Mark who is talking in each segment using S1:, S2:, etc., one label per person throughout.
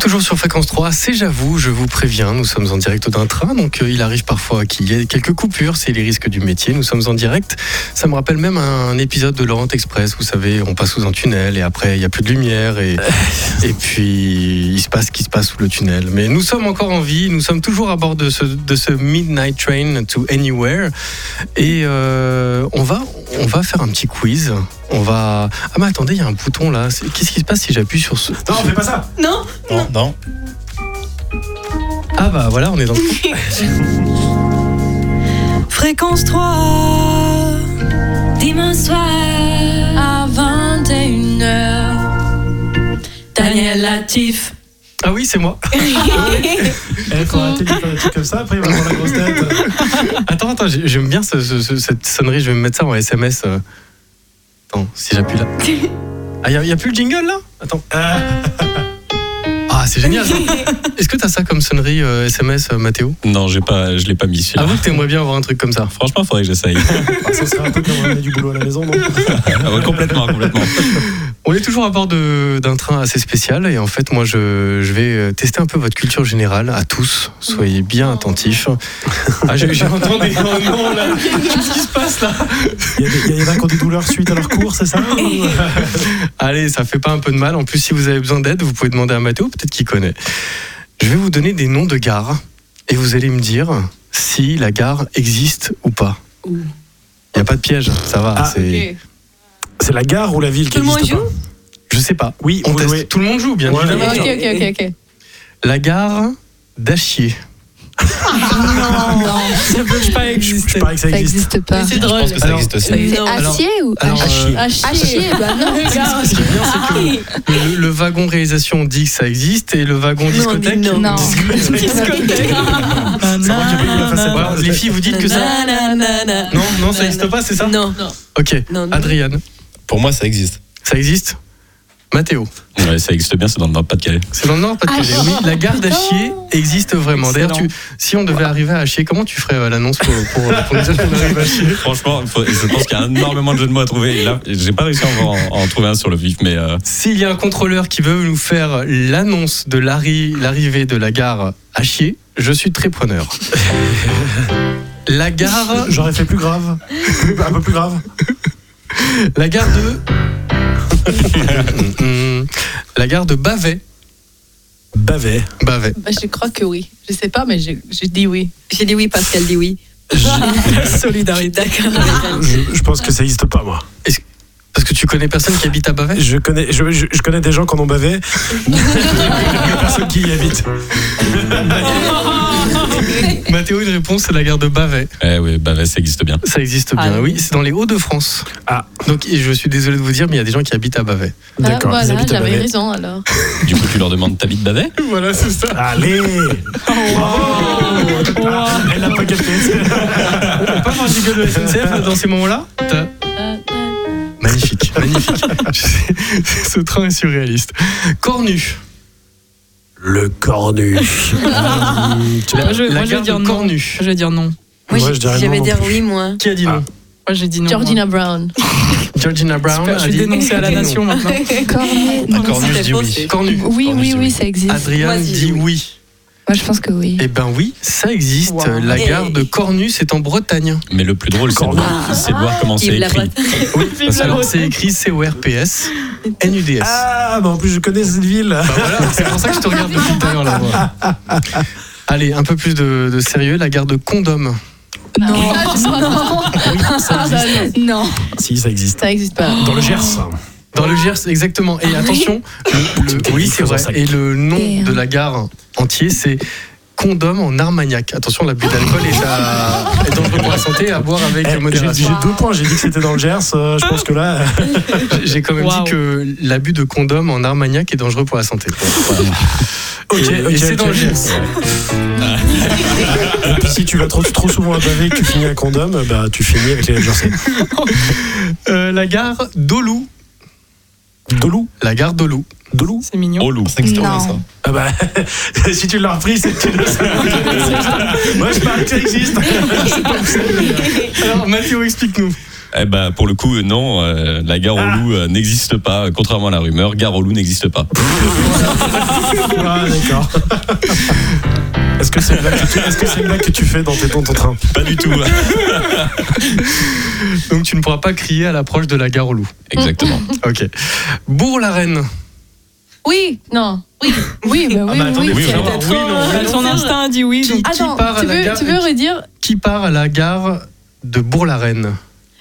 S1: Toujours sur Fréquence 3, c'est j'avoue, je vous préviens, nous sommes en direct d'un train, donc euh, il arrive parfois qu'il y ait quelques coupures, c'est les risques du métier, nous sommes en direct. Ça me rappelle même un épisode de Laurent Express, vous savez, on passe sous un tunnel et après il n'y a plus de lumière et, et puis il se passe ce qui se passe sous le tunnel. Mais nous sommes encore en vie, nous sommes toujours à bord de ce, de ce Midnight Train to Anywhere et euh, on, va, on va faire un petit quiz. On va. Ah, mais attendez, il y a un bouton là. C'est- Qu'est-ce qui se passe si j'appuie sur ce.
S2: Non, fais pas ça
S3: Non
S2: Non, non.
S1: Ah, bah voilà, on est dans le
S4: Fréquence 3 Dimanche soir à 21h Daniel Latif
S1: Ah oui, c'est moi.
S2: Elle Eh,
S3: Hum.
S2: faut arrêter de faire des trucs comme ça, après il va avoir la grosse tête.
S1: Attends, attends, j'ai- j'aime bien ce- ce- ce- cette sonnerie, je vais me mettre ça en SMS. euh. Attends, si j'appuie là. Ah, il n'y a, plus le jingle là Attends.
S2: Ah,
S1: Ah, c'est génial ça. Est-ce que t'as ça comme sonnerie euh, SMS, euh, Mathéo
S5: Non, j'ai pas, je l'ai pas mis celui-là.
S1: Avoue que t'aimerais bien avoir un truc comme ça.
S5: Franchement, faudrait que j'essaye.
S2: ça serait un peu comme ramener du boulot à la maison, non
S5: Ah ouais, complètement, complètement.
S1: On est toujours à bord de- d'un train assez spécial et en fait moi je, je vais euh, tester un peu votre culture générale à tous. Soyez bien attentifs. Ah j'ai j'ai entendu. Oh non là, qu'est-ce qui se passe là
S2: Il y, a des- il y en a qui ont des douleurs suite à leur cours, c'est ça ou-
S1: Allez, ça fait pas un peu de mal. En plus, si vous avez besoin d'aide, vous pouvez demander à Mathéo, peut-être qu'il connaît. Je vais vous donner des noms de gares et vous allez me dire si la gare existe ou pas. Il n'y a pas de piège, ça va.
S2: Ah,
S1: c'est-
S2: C'est la gare ou la ville qui
S3: Tout le monde
S2: existe
S3: joue
S2: pas
S1: Je sais pas. Oui, on
S2: Oui,
S1: teste.
S2: oui.
S1: Tout le monde joue, bien
S2: Ouais.
S1: évidemment.
S3: Ok,
S2: Ouais.
S3: ok, ok, ok.
S1: La gare d'Achier.
S3: Non, ça peut pas
S2: Je
S3: exister.
S2: parie que ça
S6: Ça
S2: existe.
S6: existe pas.
S3: C'est
S6: C'est
S3: drôle.
S5: Je pense que ça
S1: Alors,
S5: existe aussi.
S3: Oui.
S6: acier
S3: Non.
S6: ou
S1: Alors,
S6: Achier
S1: euh,
S3: Ah, chier.
S6: Achier, bah non.
S3: Regarde.
S1: ce qui est bien, c'est que euh, le, le wagon réalisation dit que ça existe et le wagon discothèque.
S3: non.
S6: Non.
S3: Discothèque.
S2: C'est moi qui ai pas vu la face à
S1: Voilà,
S2: moi.
S1: les filles, vous dites que ça.
S3: Nanana.
S1: Non, non, ça n'existe pas, c'est ça
S3: Non.
S1: Ok.
S3: Non, non.
S1: Adriane,
S5: Pour moi, ça existe.
S1: ça existe Mathéo.
S5: Ouais, ça existe bien, c'est dans le Nord-Pas-de-Calais.
S1: C'est dans le Nord, pas de Calais.
S6: Ah,
S1: Oui, la gare d'Achier existe vraiment. D'ailleurs, tu- si on devait arriver à Achier, comment tu ferais euh, l'annonce pour, pour, pour nous dire qu'on arrive à Achier
S5: Franchement, faut- je pense qu'il y a énormément de jeux de mots à trouver. Et là, j'ai pas réussi à en, à en trouver un sur le vif, mais euh,
S1: S'il y a un contrôleur qui veut nous faire l'annonce de l'arri- l'arrivée de la gare Achier, je suis très preneur. la gare,
S2: J'aurais fait plus grave. Plus- Un peu plus grave.
S1: la gare de. la gare de Bavet.
S2: Bavet.
S1: Bavet.
S3: Bah, je crois que oui. Je sais pas, mais je, je dis oui.
S7: J'ai dit oui parce qu'elle dit oui.
S3: Solidarité. Ah,
S2: Je, je pense que ça existe pas, moi.
S1: Parce que tu connais personne qui habite à Bavet
S2: Je connais, je, je- je connais des gens qui en ont bavé. mais je connais personne qui y habite.
S3: Ah,
S1: Mathéo, une réponse, c'est la gare de Bavet.
S5: eh oui, bah, ouais, ça existe bien.
S1: Ça existe bien,
S3: Ah
S1: oui. C'est dans les Hauts-de-France.
S2: Ah.
S1: Donc, et je suis désolé de vous dire, mais il y a des gens qui habitent à Bavet.
S3: Ah,
S2: D'accord, ils
S3: voilà,
S2: habitent à
S3: j'avais
S2: Bavet.
S3: raison alors.
S5: Du coup, tu leur demandes t'habites Bavet
S1: Voilà, c'est ça.
S2: Allez
S3: Oh.
S2: Bravo Ah, Elle a pas capté.
S1: On peut avoir un jingle de la SNCF dans ces moments-là T'as- Magnifique, magnifique. Je sais, Ce train est surréaliste. Cornu.
S2: Le cornuche.
S1: La,
S8: je-
S1: la
S8: moi, je vais
S1: gare de
S8: dire non.
S1: Cornu.
S8: Je vais dire non.
S7: Moi,
S2: Moi,
S7: j'ai-
S2: je dirais
S7: j'aimais
S2: non non
S7: dire
S2: plus.
S7: oui, moi.
S1: Qui a dit non
S8: Moi, j'ai dit non.
S3: Georgina Brown.
S1: Georgina Brown.
S8: Super, je
S1: a
S8: suis
S1: dit-
S8: dénoncée à la
S1: dit non.
S8: nation maintenant.
S6: Cornet.
S5: Ah,
S6: non.
S5: Cornu, je dis oui.
S1: Cornu.
S6: Oui,
S5: Cornu,
S6: oui,
S5: c'est
S6: oui,
S5: oui.
S6: ça
S9: Ah,
S6: existe.
S1: Adrien
S7: Vas-y,
S1: dit
S7: oui.
S1: oui.
S6: Moi, je pense que oui.
S1: Eh ben oui, ça existe.
S3: Wow.
S1: La
S7: Hey.
S1: gare de Cornu, c'est en Bretagne.
S5: Mais le plus drôle, c'est de, voir- c'est de voir comment
S7: Vive
S5: c'est
S7: la
S5: écrit.
S1: Parce que alors, c'est écrit C-O-R-P-S, N-U-D-S.
S2: Ah, bah en plus, je connais cette ville.
S1: Bah voilà, c'est pour ça que je te regarde depuis tout à l'heure là. voilà. Allez, un peu plus de, de sérieux, la gare de Condom.
S3: Non,
S6: Ah,
S3: non,
S6: Non.
S2: Si, ça existe.
S3: ça existe pas.
S2: Dans le Gers.
S1: Dans le Gers, exactement.
S3: Ah
S1: Et attention, le- le- oui, c'est vrai. Et le nom
S3: euh,
S1: de la gare entier, c'est Condom en Armagnac. Attention, l'abus d'alcool est,
S7: Ah.
S1: à- est dangereux pour la santé et à boire avec
S2: Eh, J'ai j'ai
S1: modération.
S2: deux points, j'ai dit que c'était dans le Gers. euh, je pense que là,
S7: Ah.
S1: J'ai- J'ai quand même
S8: Wow.
S1: dit que l'abus de condom en Armagnac est dangereux pour la santé.
S2: Ok,
S1: Et- et
S2: ok,
S1: c'est
S2: ok.
S1: dans le Gers.
S2: euh, si tu vas trop, trop souvent à Bavé et que tu finis à Condom, bah, tu finis avec les Jersey.
S1: Euh, la gare d'Olou.
S2: Dolou
S1: La gare d'Olou.
S2: Dolou
S8: C'est mignon.
S5: Oh loup.
S6: Non.
S2: Ah bah, si tu l'as repris, c'est que tu le sais. Moi, je parie que ça existe.
S1: Alors, Mathéo, explique-nous.
S5: Eh ben, pour le coup, euh, non, euh, la gare aux loups euh, n'existe pas. euh, Contrairement à la rumeur, gare aux loups n'existe pas.
S2: Ah, d'accord. Est-ce que c'est une blague que tu- est-ce que c'est une blague que tu fais dans, tes, dans ton train
S5: pas du tout.
S1: Donc tu ne pourras pas crier à l'approche de la gare aux loups.
S5: Exactement.
S1: Ok. Bourg-la-Reine.
S3: Oui, non, oui, oui, bah
S2: Ah,
S3: oui,
S2: bah, attendez,
S5: oui,
S3: oui,
S5: vraiment,
S3: peut-être,
S2: oui,
S3: euh,
S1: non,
S4: Son instinct a dit oui.
S1: Qui, qui
S3: Attends,
S1: part à
S3: tu
S1: la
S3: veux,
S1: gare
S3: tu veux redire
S1: Qui part à la gare de Bourg-la-Reine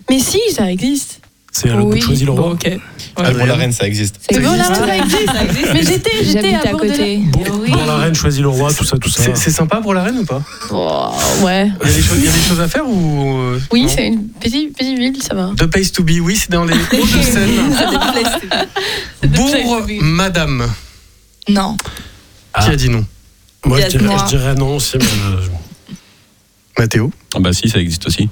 S3: Mais si, ça existe.
S2: C'est le bout de choisir le
S3: Oh bon,
S2: roi.
S3: ok.
S1: Adrien.
S7: Ah, Pour la reine, ça existe.
S6: Ça
S3: C'est bon,
S6: existe.
S3: là, ça existe. ça existe. Mais j'étais, j'étais
S6: J'habite
S3: à,
S6: à
S3: bord de
S6: côté.
S3: la-
S2: Bon,
S3: Oui.
S2: Dans la reine, choisis le roi, tout ça, tout ça.
S1: C'est c'est sympa Bourg-la-Reine ou pas
S3: Oh, ouais.
S1: Il y, a des choses- il y a des choses à faire ou. euh,
S3: Oui,
S1: non
S3: c'est une petite, petite ville, ça va.
S1: The Place to Be, oui, c'est dans les hauts de Seine. Bourg,
S3: to be.
S1: madame.
S6: Non.
S7: Ah.
S1: Qui a dit non
S2: Moi, je
S4: Yes,
S2: dirais,
S4: moi.
S2: je dirais non aussi, mais euh,
S1: Mathéo.
S5: Ah bah si, ça existe aussi.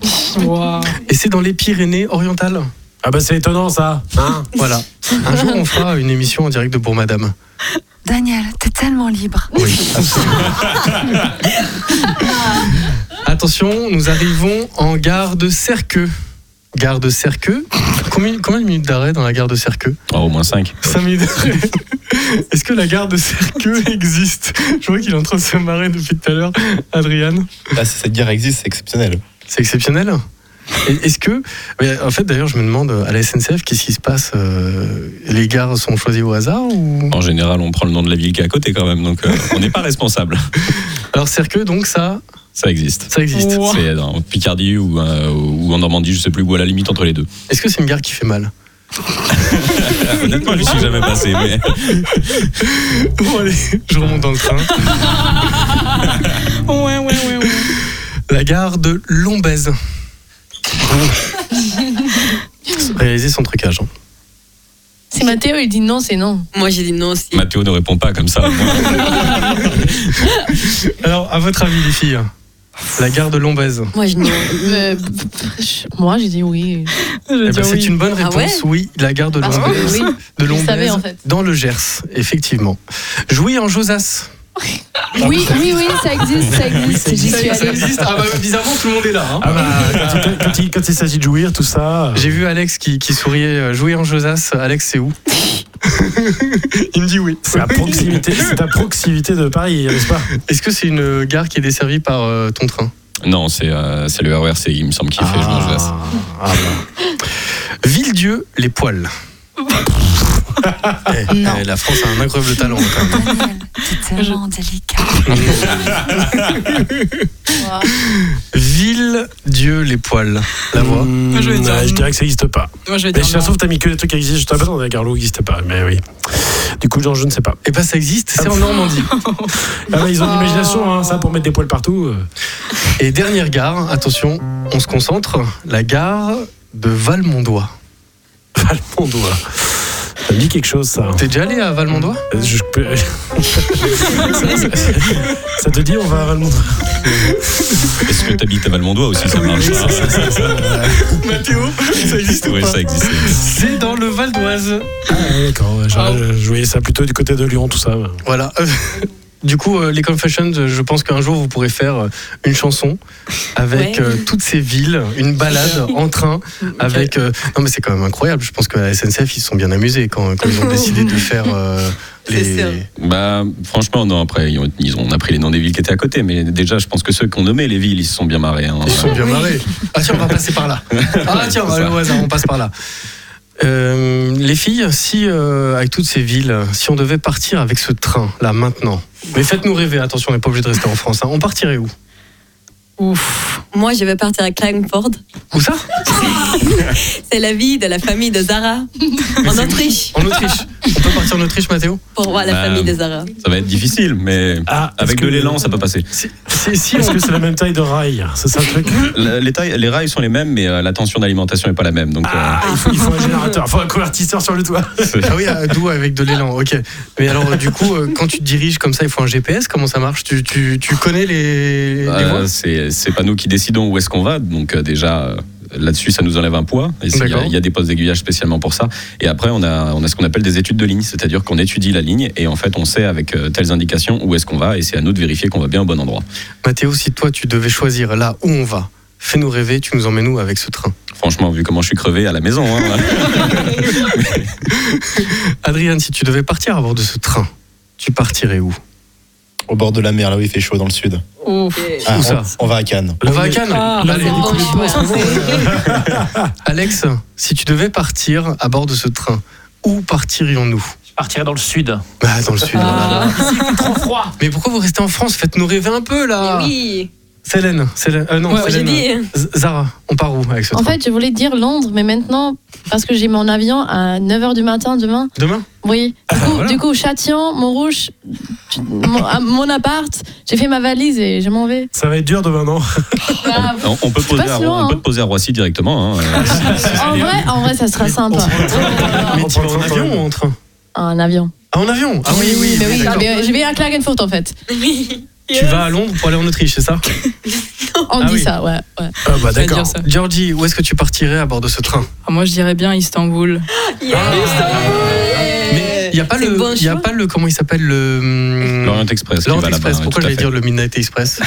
S1: Et c'est dans les Pyrénées-Orientales.
S2: Ah bah c'est étonnant ça.
S7: Ah.
S2: Hein
S1: Voilà. Un jour, on fera une émission en direct de Bourg, madame.
S8: Daniel, t'es tellement libre.
S1: Oui, absolument. Attention, nous arrivons en gare de Cerqueux. Gare de Cerqueux. Combien, combien de minutes d'arrêt dans la gare de Cerqueux
S5: Ah, au moins 5.
S1: 5 minutes d'arrêt. Est-ce que la gare de Cerqueux existe Je vois qu'il est en train de se marrer depuis tout à l'heure, Adriane.
S7: Là, si cette guerre existe, c'est exceptionnel.
S1: C'est exceptionnel. Et Est-ce que. mais En fait, d'ailleurs, je me demande à la SNCF, qu'est-ce qui se passe euh, Les gares sont choisies au hasard ou...
S5: En général, on prend le nom de la ville qui est à côté quand même, donc euh, on n'est pas responsable.
S1: Alors, Cerqueux, donc, ça,
S5: Ça existe.
S1: ça existe.
S5: C'est en Picardie ou, euh, ou en Normandie, je sais plus où, à la limite entre les deux.
S1: Est-ce que c'est une gare qui fait mal
S5: Ah, Honnêtement, je suis jamais passé, mais
S1: Bon, Oh, allez, je remonte dans le train.
S4: Ouais, ouais, ouais, ouais.
S1: La gare de Lombèze. Oh. Réaliser son trucage. hein.
S3: C'est Mathéo, il dit non, c'est non.
S4: Moi, j'ai dit non aussi.
S5: Mathéo ne répond pas comme ça.
S1: Alors, à votre avis, les filles la gare de Lombèze.
S4: Moi, je dis non.
S3: Euh, je- Moi, j'ai dit oui.
S1: Eh ben, c'est une bonne
S4: Ah
S1: réponse,
S4: ouais
S1: oui, la gare de
S3: Parce que
S1: Lombèze.
S3: oui,
S1: de
S3: je le
S1: Lombèze,
S3: savais, en fait.
S1: dans le Gers, effectivement. Jouy en Josas.
S6: Oui, oui, oui, ça existe, ça existe. J'y suis
S1: Ça
S6: allée.
S1: existe. Ah bah, bizarrement, tout le monde est là. hein.
S2: Ah bah, quand il, quand il- quand il s'agit de jouir, tout ça. euh,
S1: J'ai vu Alex qui, qui souriait euh, jouer en Josas. Alex, c'est où Il me dit oui.
S2: C'est à proximité, c'est à proximité de Paris, n'est-ce pas
S1: Est-ce que c'est une gare qui est desservie par euh, ton train
S5: Non, c'est euh, c'est le RERC, il me semble, qui fait Jean Jaurès.
S1: ah bah. Villedieu, les poils. Eh,
S6: Non.
S1: eh, la France a un incroyable talent. hein. quand même.
S8: Daniel, t'es tellement délicat.
S1: Villedieu, les poils. La voix.
S2: Mmh,
S4: je vais dire
S2: ouais,
S4: non.
S2: je dirais que ça n'existe pas.
S4: Moi, je vais
S2: Mais
S4: dire
S2: si ça se
S4: non.
S2: trouve, t'as mis que des trucs qui existent juste avant, la Garlo n'existe pas. Mais oui. Du coup, genre, je ne sais pas.
S1: Eh ben, ça existe, c'est en Normandie.
S2: Ah bah, ils ont de l'imagination, hein, ça, pour mettre des poils partout. euh.
S1: Et dernière gare, attention, on se concentre. La gare de Valmondois.
S2: Valmondois. Ça me dit quelque chose, ça.
S1: T'es déjà allé à Valmondois
S2: Euh, je peux- ça te dit, on va à Valmondois
S5: Est-ce que t'habites à Valmondois aussi Ça marche.
S1: Mathéo, ça existe
S5: Oui, ça existe.
S1: C'est dans le Val d'Oise.
S2: Ah, ouais, d'accord. ouais, genre, je, je voyais ça plutôt du côté de Lyon, tout ça. ouais.
S1: Voilà. Du coup, euh, les Confessions, euh, je pense qu'un jour vous pourrez faire euh, une chanson avec
S4: Ouais.
S1: euh, toutes ces villes, une balade en train avec. euh, Non, mais c'est quand même incroyable. Je pense que la SNCF ils se sont bien amusés quand, quand ils ont décidé de faire euh,
S4: C'est sûr.
S1: les.
S5: Bah, franchement, non, après, ils ont, ils ont- on a pris les noms des villes qui étaient à côté, mais déjà, je pense que ceux qui ont nommé les villes, ils se sont bien marrés. hein.
S1: Ils se sont bien marrés. Ah tiens, on va passer par là. Ah tiens, on va aller au hasard, on passe par là. Euh, les filles, si euh, avec toutes ces villes, si on devait partir avec ce train là maintenant, mais faites-nous rêver. Attention, on n'est pas obligé de rester en France. hein. On partirait où
S4: Ouf. Moi, je vais partir à Klagenfurt.
S1: Où ça
S4: C'est la vie de la famille de Zara en Autriche.
S1: En Autriche. On peut partir en Autriche, Mathéo
S4: Pour voir la
S5: Bah,
S4: famille de Zara.
S5: Ça va être difficile, mais
S2: Ah, est-ce
S5: avec
S2: que-
S5: de l'élan, ça peut passer.
S1: si, si, si,
S2: Est-ce
S1: on-
S2: que c'est la même taille de rail C'est ça le truc
S5: La- Les, tailles- les rails sont les mêmes, mais euh, la tension d'alimentation n'est pas la même. Donc, euh,
S2: Ah, il faut, il faut un générateur, il faut un convertisseur sur le toit.
S5: c'est-
S1: Ah oui, à Doux avec de l'élan, ok. Mais alors, euh, du coup, euh, quand tu te diriges comme ça, il faut un GPS Comment ça marche tu, tu, tu connais les, les
S5: euh,
S1: voies
S5: c'est c'est pas nous qui décidons où est-ce qu'on va. Donc, euh, déjà. euh, Là-dessus, ça nous enlève un poids. Et c'est- il y a-
S1: D'accord.
S5: il y, a des postes d'aiguillage spécialement pour ça. Et après, on a, on a ce qu'on appelle des études de ligne, c'est-à-dire qu'on étudie la ligne et en fait, on sait avec euh, telles indications où est-ce qu'on va et c'est à nous de vérifier qu'on va bien au bon endroit.
S1: Mathéo, si toi, tu devais choisir là où on va, fais-nous rêver, tu nous emmènes où avec ce train
S5: Franchement, vu comment je suis crevé à la maison. hein, là.
S1: Adrien, si tu devais partir à bord de ce train, tu partirais où
S7: Au bord de la mer, là où il fait chaud dans le sud.
S3: Ouf.
S7: Ah,
S1: Où ça
S7: on, on va à Cannes.
S1: Le Vacan
S3: Ah,
S1: Là, les-
S3: c'est bon,
S1: Alex, si tu devais partir à bord de ce train, où partirions-nous
S10: Je partirai dans le sud.
S1: Bah, dans le sud.
S10: Ah, ici, il fait trop froid.
S1: Mais pourquoi vous restez en France Faites-nous rêver un peu là
S4: Mais oui,
S1: Célène, Célène- euh, non,
S4: moi j'ai
S1: Célène.
S4: dit.
S1: Z- Zara, on part où avec ce
S3: En
S1: train
S3: fait, je voulais dire Londres, mais maintenant, parce que j'ai mon avion à 9h du matin demain,
S1: Demain
S3: oui. Du coup,
S1: Ah, voilà.
S3: du coup Châtillon, Montrouge, tu- mon, à- mon appart, j'ai fait ma valise et je m'en vais.
S2: Ça va être dur de maintenant.
S1: Oh,
S3: Bah,
S5: On, on peut
S3: C'est
S5: poser
S3: pas
S5: à,
S3: si
S5: Rouen-
S3: loin,
S5: on peut
S3: hein.
S5: te poser à Roissy directement. hein, euh,
S3: Bah, en, vrai, en vrai, ça sera sympa.
S7: Ah,
S1: Mais
S2: on
S1: tu
S2: prend
S1: vas
S2: le
S1: en
S2: train quand
S1: avion
S2: même.
S1: ou en train
S3: Un avion.
S1: Ah, en avion Ah oui, oui,
S3: Mais oui,
S1: d'accord.
S3: mais je vais à Klagenfurt en fait.
S1: Tu vas à Londres pour aller en Autriche, c'est ça
S3: On
S1: Ah
S3: dit
S1: oui.
S3: ça, ouais. ouais.
S2: Ah bah
S9: J'allais
S2: d'accord.
S9: dire ça.
S1: Georgie, où est-ce que tu partirais à bord de ce train
S9: Ah, moi, je dirais bien Istanbul.
S1: Ah.
S9: Ah,
S1: Mais il n'y a pas
S4: Ah, C'est
S1: le.
S4: bon
S1: il y a
S4: choix.
S1: pas le. Comment il s'appelle le. hum,
S5: L'Orient Express. qui
S1: L'Orient
S5: va là-bas,
S1: Express,
S5: hein,
S1: pourquoi
S5: tout à
S1: j'allais
S5: fait.
S1: dire le Midnight Express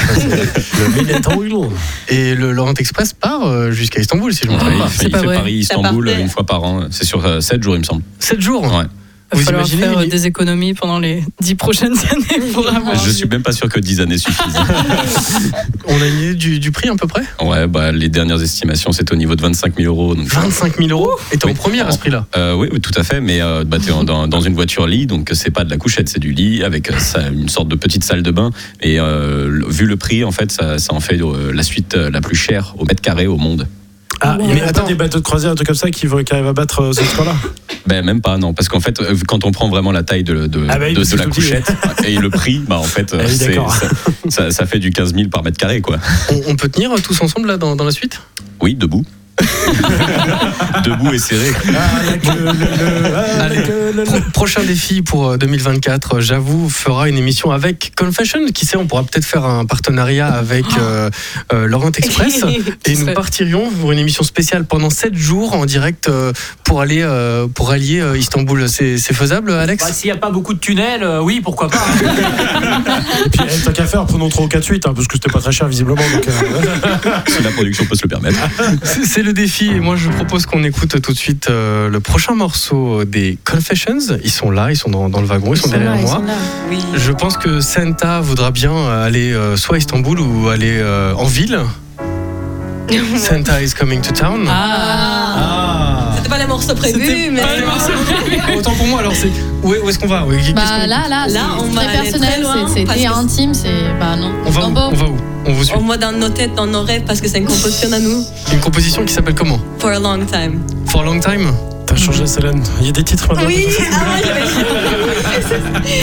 S1: Et le Laurent Express part euh, jusqu'à Istanbul, si je me
S5: Ouais,
S1: trompe
S5: il
S1: Ah, pas.
S5: fait,
S9: C'est
S5: il
S9: pas
S5: fait
S9: vrai.
S5: Paris-Istanbul
S4: partait.
S5: euh, une fois par an. C'est sur 7 jours, il me semble.
S1: 7 jours
S5: Ouais.
S9: Il
S1: Vous
S9: va falloir
S1: imaginez Ah,
S9: faire euh,
S1: l'idée
S9: des économies pendant les dix prochaines années pour avoir.
S2: Oh.
S5: Je suis même pas sûr que 10 années suffisent.
S1: On a une idée du, du prix à peu près
S5: ouais, bah, les dernières estimations, c'était au niveau de 25 000 euros. Donc,
S1: 25 000 euros Et t'es en
S5: Oui.
S1: première à ce prix-là
S5: Euh, oui, oui, tout à fait, mais euh, bah, t'es en- dans, dans une voiture lit, donc euh, c'est pas de la couchette, c'est du lit avec euh, ça- une sorte de petite salle de bain. Et euh, le- vu le prix, en fait, ça, ça en fait euh, la suite euh, la plus chère au mètre carré au monde.
S2: Ah, il
S1: Mais
S2: y a pas
S1: attends.
S2: des bateaux de croisière, un truc comme ça qui, vont- qui arrivent à battre euh, ce train-là.
S5: Ben même pas, non, parce qu'en fait, euh, quand on prend vraiment la taille de, de,
S2: Ah bah oui,
S5: de,
S2: parce
S5: de
S2: que
S5: la
S2: je vous le dis.
S5: couchette et le prix, bah en fait, euh,
S2: Ah oui,
S5: c'est-
S2: d'accord.
S5: ça, ça- ça fait du 15 000 par mètre carré, quoi.
S1: on, on peut tenir euh, tous ensemble là dans, dans la suite
S5: Oui, debout. debout et serré.
S2: Ah,
S1: Allez, pro- prochain défi pour euh, 2024, euh, j'avoue, fera une émission avec Confession. Qui sait, on pourra peut-être faire un partenariat avec euh, euh, Laurent Express. Et nous
S9: serait-
S1: partirions pour une émission spéciale pendant 7 jours en direct euh, pour aller euh, pour allier euh, Istanbul. C'est c'est faisable, Alex
S10: Bah, S'il n'y a pas beaucoup de tunnels, euh, oui, pourquoi pas.
S2: Et puis, eh, tant qu'à faire, prenons 3 ou 4 suites, hein, parce que c'était pas très cher visiblement. Donc, euh,
S5: Si la production peut se le permettre.
S1: C'est c'est le défi et moi je propose qu'on écoute tout de suite euh, le prochain morceau euh, des Confessions. Ils sont là, ils sont dans, dans le wagon, ils sont derrière
S3: Voilà, ils
S1: moi.
S3: sont là.
S1: Je pense que Santa voudra bien aller euh, soit à Istanbul ou aller euh, en ville. Santa is coming to town.
S4: Ah. C'était pas la morceau prévu, mais.
S1: Autant pour moi alors c'est où est- où est-ce qu'on va Oui, qu'est-ce
S3: Bah
S1: qu'on-
S3: là, là,
S4: Là,
S3: c'est
S4: on va
S3: très
S4: aller très
S3: personnel,
S4: loin,
S3: c'est- c'est
S4: parce
S3: très
S4: que-
S3: intime, c'est. Bah non.
S1: on va où
S3: Dans
S1: On va où On vous suit.
S4: Au moins dans nos têtes, dans nos rêves, parce que c'est une composition à nous.
S1: Une composition qui s'appelle comment
S4: For a long time.
S1: For a long time.
S2: T'as changé, Célène. Il y a des titres maintenant.
S4: ah, j'avais-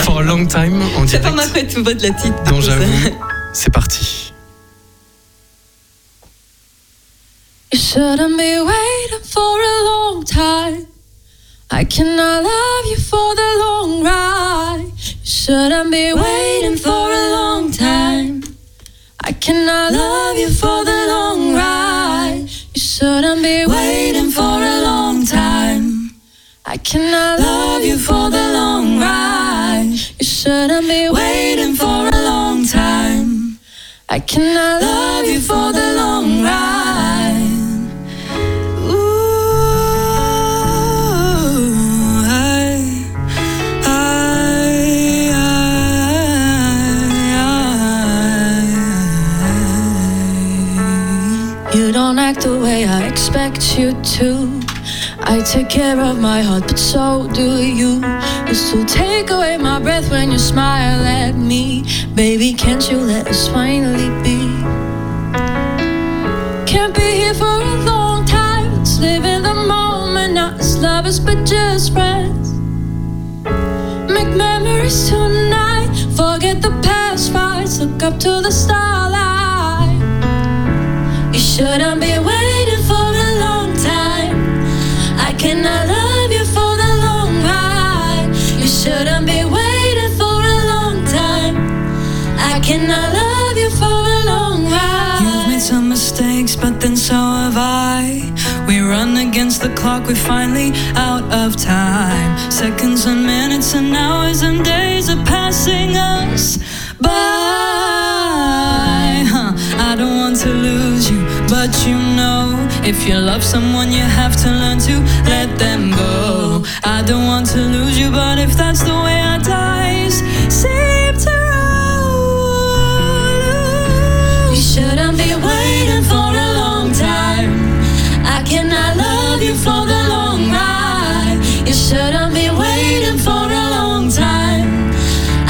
S1: For a long time en
S4: c'est pas
S1: direct.
S4: ma faute, tu votes le titre.
S1: Donc j'avoue, c'est parti.
S6: You shouldn't be waiting for a long time. I cannot love you for the long ride. You shouldn't be waiting for a long time. I cannot love you for the long ride. You shouldn't be waiting for a long time. I cannot love you for the long ride. You shouldn't be waiting for a long time. I cannot love you for the long ride. Ooh, I, I, I, I. You don't act the way I expect you to. I take care of my heart, but so do you. You still take away my breath when you smile at me. Baby, can't you let us finally be? Can't be here for a long time. Let's live in the moment, not as lovers, but just friends. Make memories tonight. Forget the past fights. Look up to the starlight. You shouldn't be waiting for a long time. I cannot love you for the long ride. You shouldn't be waiting for a long time. I cannot love you for a long ride. You've made some mistakes, but then so have I. We run against the clock, we're finally out of time. Seconds and minutes and hours and days are passing us by. Huh, I don't want to lose you, but you know If you love someone, you have to learn to let them go. I don't want to lose you, but if that's the way our ties seem to roll, you shouldn't be waiting for a long time. I cannot love you for the long ride. You shouldn't be waiting for a long time.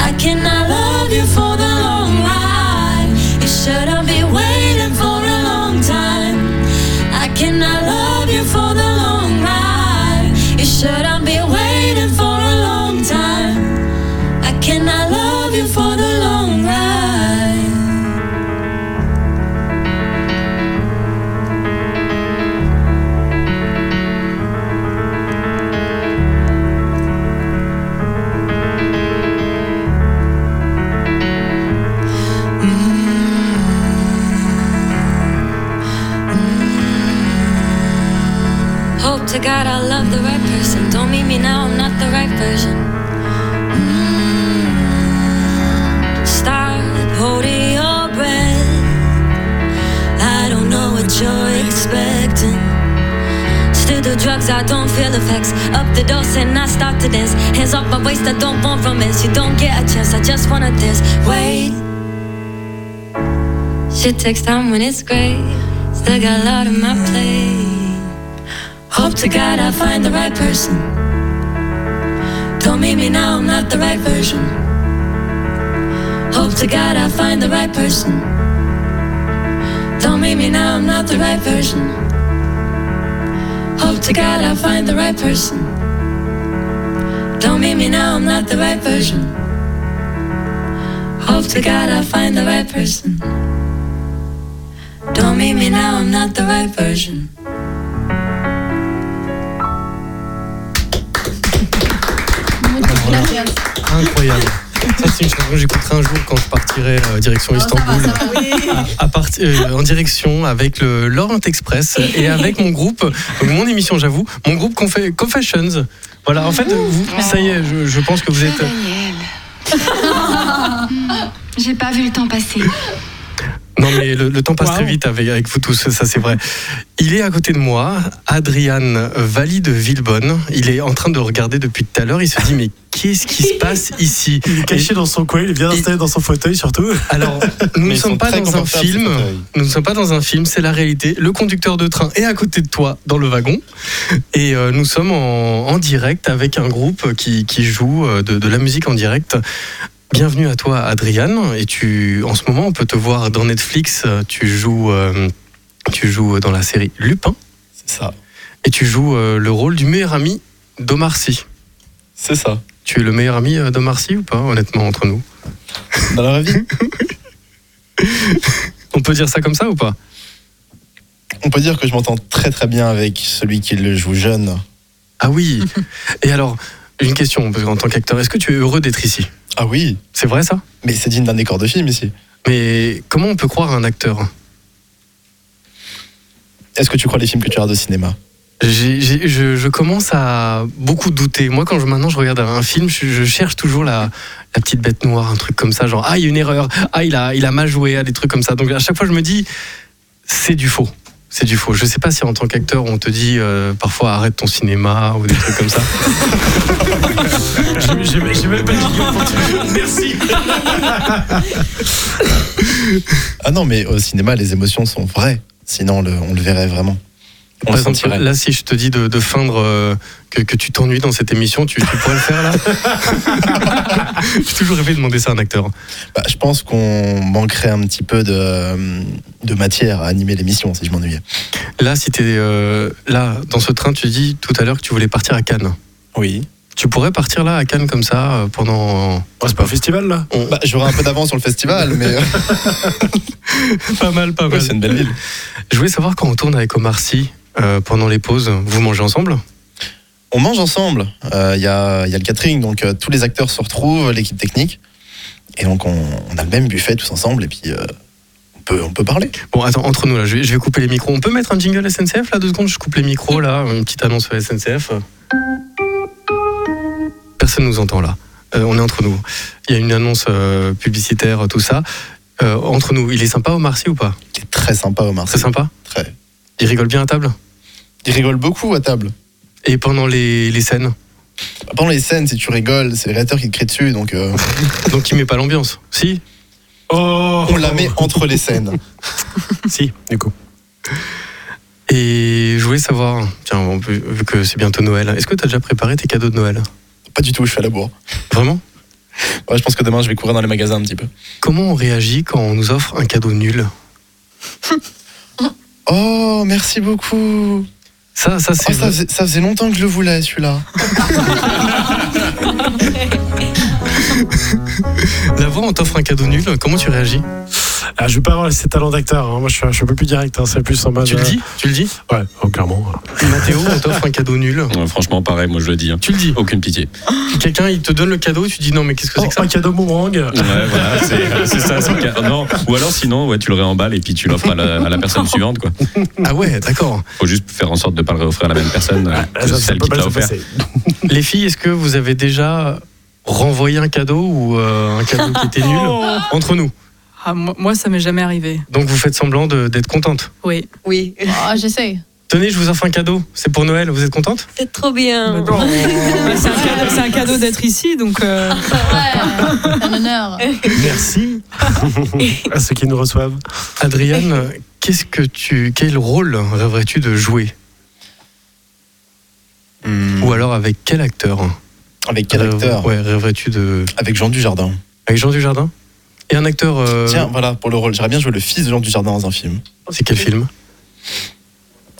S6: I cannot love you for the long ride. You shouldn't be waiting for a long time. I cannot love you for the long ride. You shouldn't be waiting for a long time. I cannot love you for the long ride. Hope to God I love the right person. Don't meet me now, I'm not the right version. Mm. Stop holding your breath. I don't know what you're expecting. Still do drugs, I don't feel effects. Up the dose and I start to dance. Hands off my waist, I don't want romance. You don't get a chance, I just wanna dance. Wait. Shit takes time when it's great. Still got a lot on my plate. Hope to God I find the right person. Don't meet me now, I'm not the right version. Hope to God I find the right person. Don't meet me now, I'm not the right version. Hope to God I find the right person. Don't meet me now, I'm not the right version. Hope to God I find the right person. Don't meet me now, I'm not the right version.
S1: Incroyable. Ça, c'est une chanson que j'écouterai un jour quand je partirai euh, direction Istanbul. À- à partir- euh, en direction avec le Laurent Express et avec mon groupe, donc mon émission, j'avoue, mon groupe Confe- Confessions. Voilà, en fait, vous- ça y est, je, je pense que vous êtes.
S8: Daniel. J'ai pas vu le temps passer.
S1: Non, mais le, le temps passe très
S2: Wow.
S1: vite avec, avec vous tous, ça c'est vrai. Il est à côté de moi, Adrian Valli de Villebonne. Il est en train de regarder depuis tout à l'heure. Il se dit, mais qu'est-ce qui se passe ici
S2: Il est caché dans son coin, il est bien
S1: Et-
S2: installé dans son fauteuil surtout.
S1: Alors, nous
S7: Mais
S1: ne
S7: ils
S1: sommes
S7: sont
S1: pas
S7: très
S1: dans un
S7: confortables, ces
S1: film.
S7: fauteuils.
S1: Nous ne sommes pas dans un film, c'est la réalité. Le conducteur de train est à côté de toi dans le wagon. Et euh, nous sommes en, en direct avec un groupe qui, qui joue euh, de, de la musique en direct. Bienvenue à toi, Adriane. Et tu, en ce moment, on peut te voir dans Netflix. Euh, Tu joues, euh, tu joues dans la série Lupin.
S7: C'est ça.
S1: Et tu joues euh, le rôle du meilleur ami d'Omar Sy.
S7: C'est ça.
S1: Tu es le meilleur ami euh, d'Omar Sy ou pas, honnêtement, entre nous
S7: Dans la vraie vie,
S1: On peut dire ça comme ça ou pas
S7: on peut dire que je m'entends très très bien avec celui qui le joue jeune.
S1: Ah oui. Et alors, une question, parce qu'en tant qu'acteur, est-ce que tu es heureux d'être ici
S7: Ah oui,
S1: C'est vrai ça
S7: mais c'est digne d'un décor de film ici.
S1: Mais comment on peut croire à un acteur
S7: Est-ce que tu crois les films que tu regardes au cinéma
S1: J'ai- j'ai- je, je commence à beaucoup douter. Moi, quand je, maintenant je regarde un film, je, je cherche toujours la, la petite bête noire, un truc comme ça, genre ah il y a une erreur, ah il a, il a mal joué, ah, des trucs comme ça. Donc à chaque fois, je me dis c'est du faux, c'est du faux. Je sais pas si en tant qu'acteur, on te dit euh, parfois arrête ton cinéma ou des trucs comme ça.
S2: J'ai- J'ai j'ai même pas de jingle pour tout. Merci.
S7: Ah non, mais au cinéma, les émotions sont vraies. Sinon, le- on le verrait vraiment. On
S1: Par
S7: le
S1: exemple,
S7: sentirait.
S1: là, si je te dis de, de feindre euh, que, que tu t'ennuies dans cette émission, tu, tu pourrais le faire là J'ai toujours rêvé de demander ça à un acteur.
S7: Bah, je pense qu'on manquerait un petit peu de, de matière à animer l'émission si je m'ennuyais.
S1: Là, si t'es euh, là dans ce train, tu dis tout à l'heure que tu voulais partir à Cannes.
S7: Oui.
S1: Tu pourrais partir là à Cannes comme ça euh, pendant
S2: Oh, c'est pas un festival là.
S7: Bah, j'aurais un peu d'avance sur le festival, mais euh,
S1: pas mal,
S5: Ah
S1: pas
S7: c'est une belle ville.
S1: Je voulais savoir quand on tourne avec Omar Sy euh, pendant les pauses, vous mangez ensemble
S7: On mange ensemble. Euh, Il y, a, il y a le catering, donc euh, tous les acteurs se retrouvent, l'équipe technique. Et donc on, on a le même buffet tous ensemble, et puis euh, on, peut, on peut parler.
S1: Bon, attends, entre nous là, je vais, je vais couper les micros. On peut mettre un jingle SNCF là, deux secondes, je coupe les micros là, une petite annonce SNCF. Personne nous entend là. Euh, on est entre nous. Il y a une annonce euh, publicitaire, tout ça. Euh, entre nous, il est sympa Omar Sy ou pas
S7: C'est très sympa, Omar.
S1: Très sympa
S7: Très.
S1: Ils rigolent bien à table
S7: Ils rigolent beaucoup à table.
S1: Et pendant les, les scènes
S7: Pendant les scènes, si tu rigoles, c'est le réalisateur qui te crie dessus, donc euh,
S1: Donc il met pas l'ambiance Si
S2: Oh
S7: on la met entre les scènes.
S1: Si, du coup. Et je voulais savoir, tiens, bon, vu vu que c'est bientôt Noël, est-ce que tu as déjà préparé tes cadeaux de Noël
S7: Pas du tout, je suis à la bourre.
S1: Vraiment
S7: Ouais, je pense que demain, je vais courir dans les magasins un petit peu.
S1: Comment on réagit quand on nous offre un cadeau nul
S7: Oh, merci beaucoup.
S1: Ça, ça
S7: Oh,
S1: c'est.
S7: ça, faisait- ça faisait longtemps que je le voulais, celui-là.
S1: La voix, on t'offre un cadeau nul, comment tu réagis
S2: Ah, je vais pas avoir ces talents d'acteur. hein. Moi, je suis, un- je suis un peu plus direct. hein. C'est plus
S7: Bah,
S2: en mode.
S1: Tu le
S2: euh,
S1: dis Tu le dis
S2: Ouais, oh, clairement.
S1: Mathéo, on t'offre un cadeau nul.
S5: Ouais, franchement, pareil, moi je le dis. hein.
S1: Tu le dis.
S5: Aucune pitié.
S1: Quelqu'un, il te donne le cadeau, tu dis non, mais qu'est-ce que
S2: Oh,
S1: c'est que ça
S2: un cadeau boomerang. Ah,
S5: Ouais, voilà, c'est euh, c'est ça. c'est ca- non. Ou alors, sinon, ouais, tu le réemballes et puis tu l'offres à, la- à la personne suivante. Quoi.
S7: Oh,
S1: Ah ouais, d'accord.
S5: Faut juste faire en sorte de ne pas le réoffrir à la même personne euh,
S2: Ah,
S5: que
S2: ça, ça
S5: celle
S2: peut
S5: qui te
S2: pas
S5: l'a
S2: se
S5: offert.
S2: passer.
S1: Les filles, est-ce que vous avez déjà renvoyé un cadeau ou euh, un cadeau qui était nul entre nous
S9: Ah, moi, moi, ça m'est jamais arrivé.
S1: Donc vous faites semblant de- d'être contente.
S9: Oui.
S4: Oui.
S3: Ah, j'essaye.
S1: Tenez, je vous offre un cadeau. C'est pour Noël. Vous êtes contente
S4: C'est trop bien.
S9: Bah, c'est un cadeau, c'est un cadeau d'être ici, donc. euh,
S3: Ouais, c'est un honneur.
S2: Merci à Ah, ceux qui nous reçoivent.
S1: Adriane, qu'est-ce que tu, quel rôle rêverais-tu de jouer Ou alors avec quel acteur
S7: Avec quel
S1: Rêve-
S7: acteur
S1: Hmm. Euh, Ouais, rêverais-tu de
S7: Avec Jean Dujardin.
S1: avec Jean Dujardin Et un acteur. euh,
S7: Tiens, voilà, pour le rôle, j'aimerais bien jouer le fils de Jean Dujardin dans un film.
S1: c'est quel film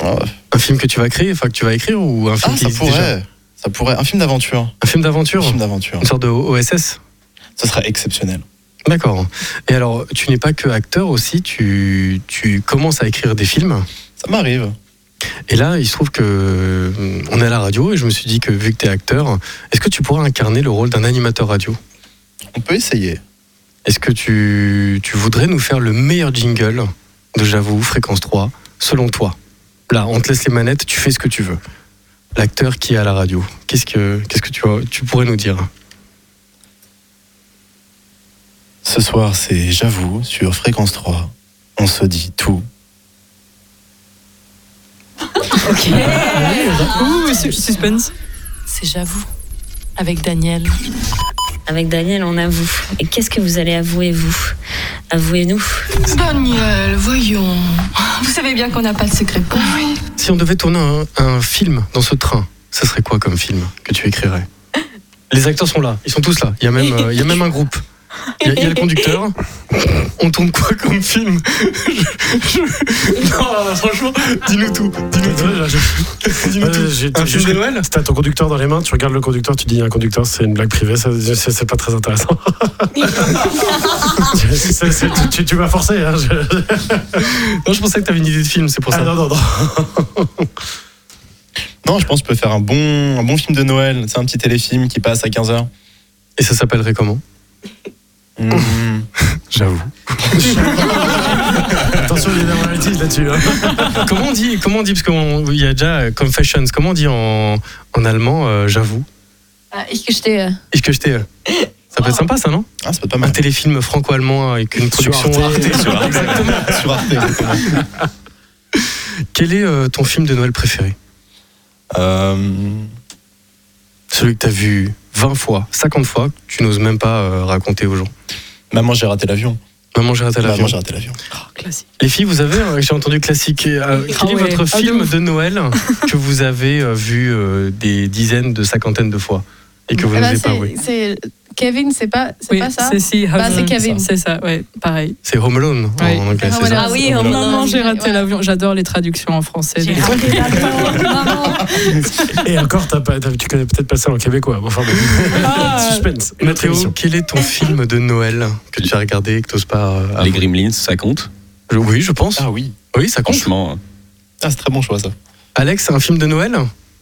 S7: Ah,
S1: Un film que tu vas créer, enfin que tu vas écrire ou un film qui
S7: ça
S1: existe déjà
S7: pourrait. Ça pourrait. Un film d'aventure.
S1: Un film
S7: Un
S1: d'aventure,
S7: film d'aventure.
S1: une sorte de OSS.
S7: Ça serait exceptionnel.
S1: D'accord. Et alors, tu n'es pas que acteur aussi, tu, tu commences à écrire des films.
S7: Ça m'arrive.
S1: Et là, il se trouve que euh, on est à la radio et je me suis dit que vu que tu es acteur, est-ce que tu pourrais incarner le rôle d'un animateur radio
S7: On peut essayer.
S1: Est-ce que tu, tu voudrais nous faire le meilleur jingle de J'avoue, Fréquence 3, selon toi Là, on te laisse les manettes, tu fais ce que tu veux. L'acteur qui est à la radio, qu'est-ce que, qu'est-ce que tu, tu pourrais nous dire
S7: Ce soir, c'est J'avoue sur Fréquence 3. On se dit tout.
S9: Ouh, su- suspense.
S11: C'est J'avoue, avec Daniel.
S6: Avec Daniel, on avoue. Et qu'est-ce que vous allez avouer, vous Avouez-nous.
S8: Daniel, voyons. Vous savez bien qu'on n'a pas de secret pour vous.
S1: Si on devait tourner un, un film dans ce train, ça serait quoi comme film que tu écrirais Les acteurs sont là, ils sont tous là. Il y a même, euh, il y a même un groupe. Il y, a- il y a le conducteur. On tourne quoi comme film Je- je- Non, franchement, dis-nous tout. Dis-nous tout. Dis-nous tout.
S2: Euh, j'ai-
S1: Un film
S2: j'ai-
S1: de Noël
S2: T'as ton conducteur dans les mains, tu regardes le conducteur, tu dis il y a un conducteur, c'est une blague privée, ça, c'est c'est pas très intéressant. C'est- c'est- c'est- tu- tu tu m'as forcé. Hein, je-
S1: Non, je pensais que t'avais une idée de film, c'est pour
S2: Ah,
S1: ça.
S2: non, non, non.
S7: Non, je pense qu'on peut faire un bon, un bon film de Noël. C'est un petit téléfilm qui passe à 15h.
S1: Et ça s'appellerait comment
S7: Mmh.
S1: J'avoue.
S2: Attention, il y a des réalités là-dessus. hein.
S1: comment on dit Comment on dit Parce qu'il y a déjà euh, Confessions. Comment on dit en, en allemand euh, J'avoue.
S3: Ah, ich gestehe.
S1: Est-ce que je t'ai. euh, Ça peut être sympa, ça, non
S7: Ah, ça peut être pas
S1: Un
S7: mal.
S1: téléfilm franco-allemand avec une production.
S7: Sur Arte. exactement.
S1: Quel est euh, ton film de Noël préféré
S7: Euh,
S1: Celui que t'as vu 20 fois, 50 fois, que tu n'oses même pas euh, raconter aux gens.
S7: Maman, j'ai raté l'avion.
S1: Maman, j'ai raté l'avion.
S7: Maman, Bah, j'ai raté l'avion.
S9: Oh, classique.
S1: Les filles, vous avez, euh, j'ai entendu classique. et, euh, quel est
S9: ouais.
S1: votre
S9: Ah, de
S1: film
S9: ouf.
S1: de Noël que vous avez euh, vu euh, des dizaines, de cinquantaines de fois et
S9: Ah
S1: que vous
S9: bah
S3: Eh ben,
S1: n'osez pas
S3: c'est-
S1: oui
S3: c'est Kevin, c'est pas, c'est
S9: Oui,
S3: pas ça
S9: C'est si,
S3: Bah, c'est
S9: Home-
S3: Kevin.
S9: C'est ça, ouais, pareil.
S1: C'est Home Alone en-
S9: Ouais.
S1: en anglais, c'est ça
S3: voilà.
S4: Ah oui, on
S3: Maman,
S9: Maman, j'ai raté
S3: ouais.
S9: l'avion. J'adore les traductions en français.
S11: J'ai
S9: des-
S11: raté l'avion.
S2: Et encore, t'as pas- t'as- tu connais peut-être pas ça en québécois. Enfin, bon.
S9: Ah,
S2: suspense. Une autre
S1: Mathéo,
S2: émission.
S1: quel est ton film de Noël que tu as regardé et que tu n'oses pas euh,
S5: Les
S1: avouer
S5: Gremlins, ça compte
S1: Je- Oui, je pense.
S7: Ah oui.
S1: Oui, ça compte.
S5: Franchement,
S7: Ah, c'est très bon choix, ça.
S1: Alex, un film de Noël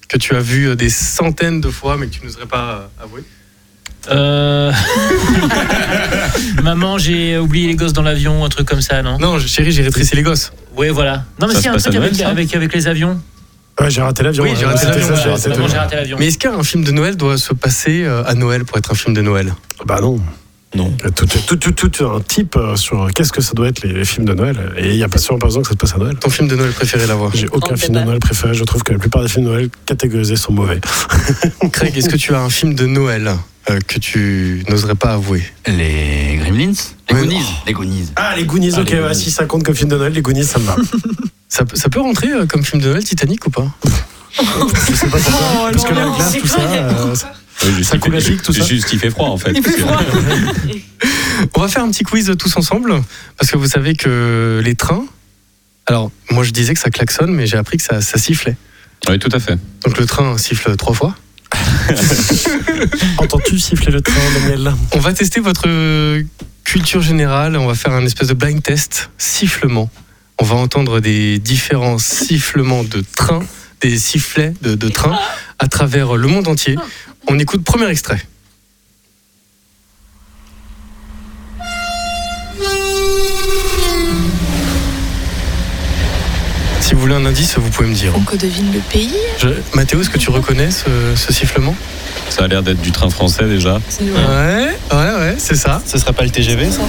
S1: que tu as vu euh, des centaines de fois mais que tu n'oserais pas euh, avouer
S10: Euh... Maman, j'ai oublié les gosses dans l'avion, un truc comme ça, non
S1: Non, je- chérie, j'ai rétréci les gosses.
S10: Ouais, voilà. Non, mais
S5: Ça
S10: si,
S5: se
S10: un
S5: passe
S10: truc
S5: à
S10: avec,
S5: Noël, ça
S10: avec, avec les avions.
S2: Ouais, j'ai raté l'avion.
S1: Oui, j'ai
S2: hein.
S1: raté
S2: C'était
S1: l'avion,
S2: ça,
S1: j'ai
S2: raté
S10: Maman,
S2: l'avion.
S10: j'ai raté l'avion.
S1: Mais est-ce qu'un film de Noël doit se passer euh, à Noël pour être un film de Noël
S2: Bah non.
S7: Non.
S2: Il y a tout, tout, tout, tout un type euh, sur euh, qu'est-ce que ça doit être les, les films de Noël. Et il y a pas sûr, par exemple, que ça se passe à Noël.
S1: Ton film de Noël préféré l'avoir
S2: J'ai aucun
S4: On
S2: film de
S4: débat.
S2: Noël préféré. Je trouve que la plupart des films de Noël catégorisés sont mauvais.
S1: Craig, est-ce que tu as un film de Noël euh, que tu n'oserais pas avouer oh,
S12: Les Gremlins Les
S1: Ouais.
S12: Goonies Les Goonies.
S2: Ah, les Goonies,
S12: Ah,
S2: ok,
S12: les
S2: ouais,
S12: Goonies.
S2: si ça compte comme film de Noël, les Goonies, ça me va.
S1: ça, peut- ça peut rentrer euh, comme film de Noël Titanic ou pas
S2: Je sais pas pourquoi.
S9: Oh,
S2: parce que la
S9: non,
S2: glace,
S9: c'est
S2: tout ça.
S9: vrai.
S2: euh, ça-
S5: Oui, juste
S2: Ça
S5: il
S2: coule
S5: fait-
S2: la chic, tout ça.
S5: Juste, il fait froid en fait.
S9: Il fait froid.
S1: On va faire un petit quiz euh, tous ensemble, parce que vous savez que les trains. Alors, moi je disais que ça klaxonne, mais j'ai appris que ça, ça sifflait.
S5: Oui, tout à fait.
S1: Donc le train siffle trois fois.
S2: Entends-tu siffler le train, Daniel
S1: On va tester votre euh, culture générale, on va faire un espèce de blind test, sifflement. On va entendre des différents sifflements de train, des sifflets de, de train à travers le monde entier. On écoute premier extrait. Si vous voulez un indice, vous pouvez me dire.
S11: On que devine le pays
S1: Je- Mathéo, est-ce que tu reconnais ce, ce sifflement
S5: Ça a l'air d'être du train français déjà.
S11: C'est-
S1: Ouais, ouais, ouais, c'est ça.
S7: Ce serait pas le TGV, ça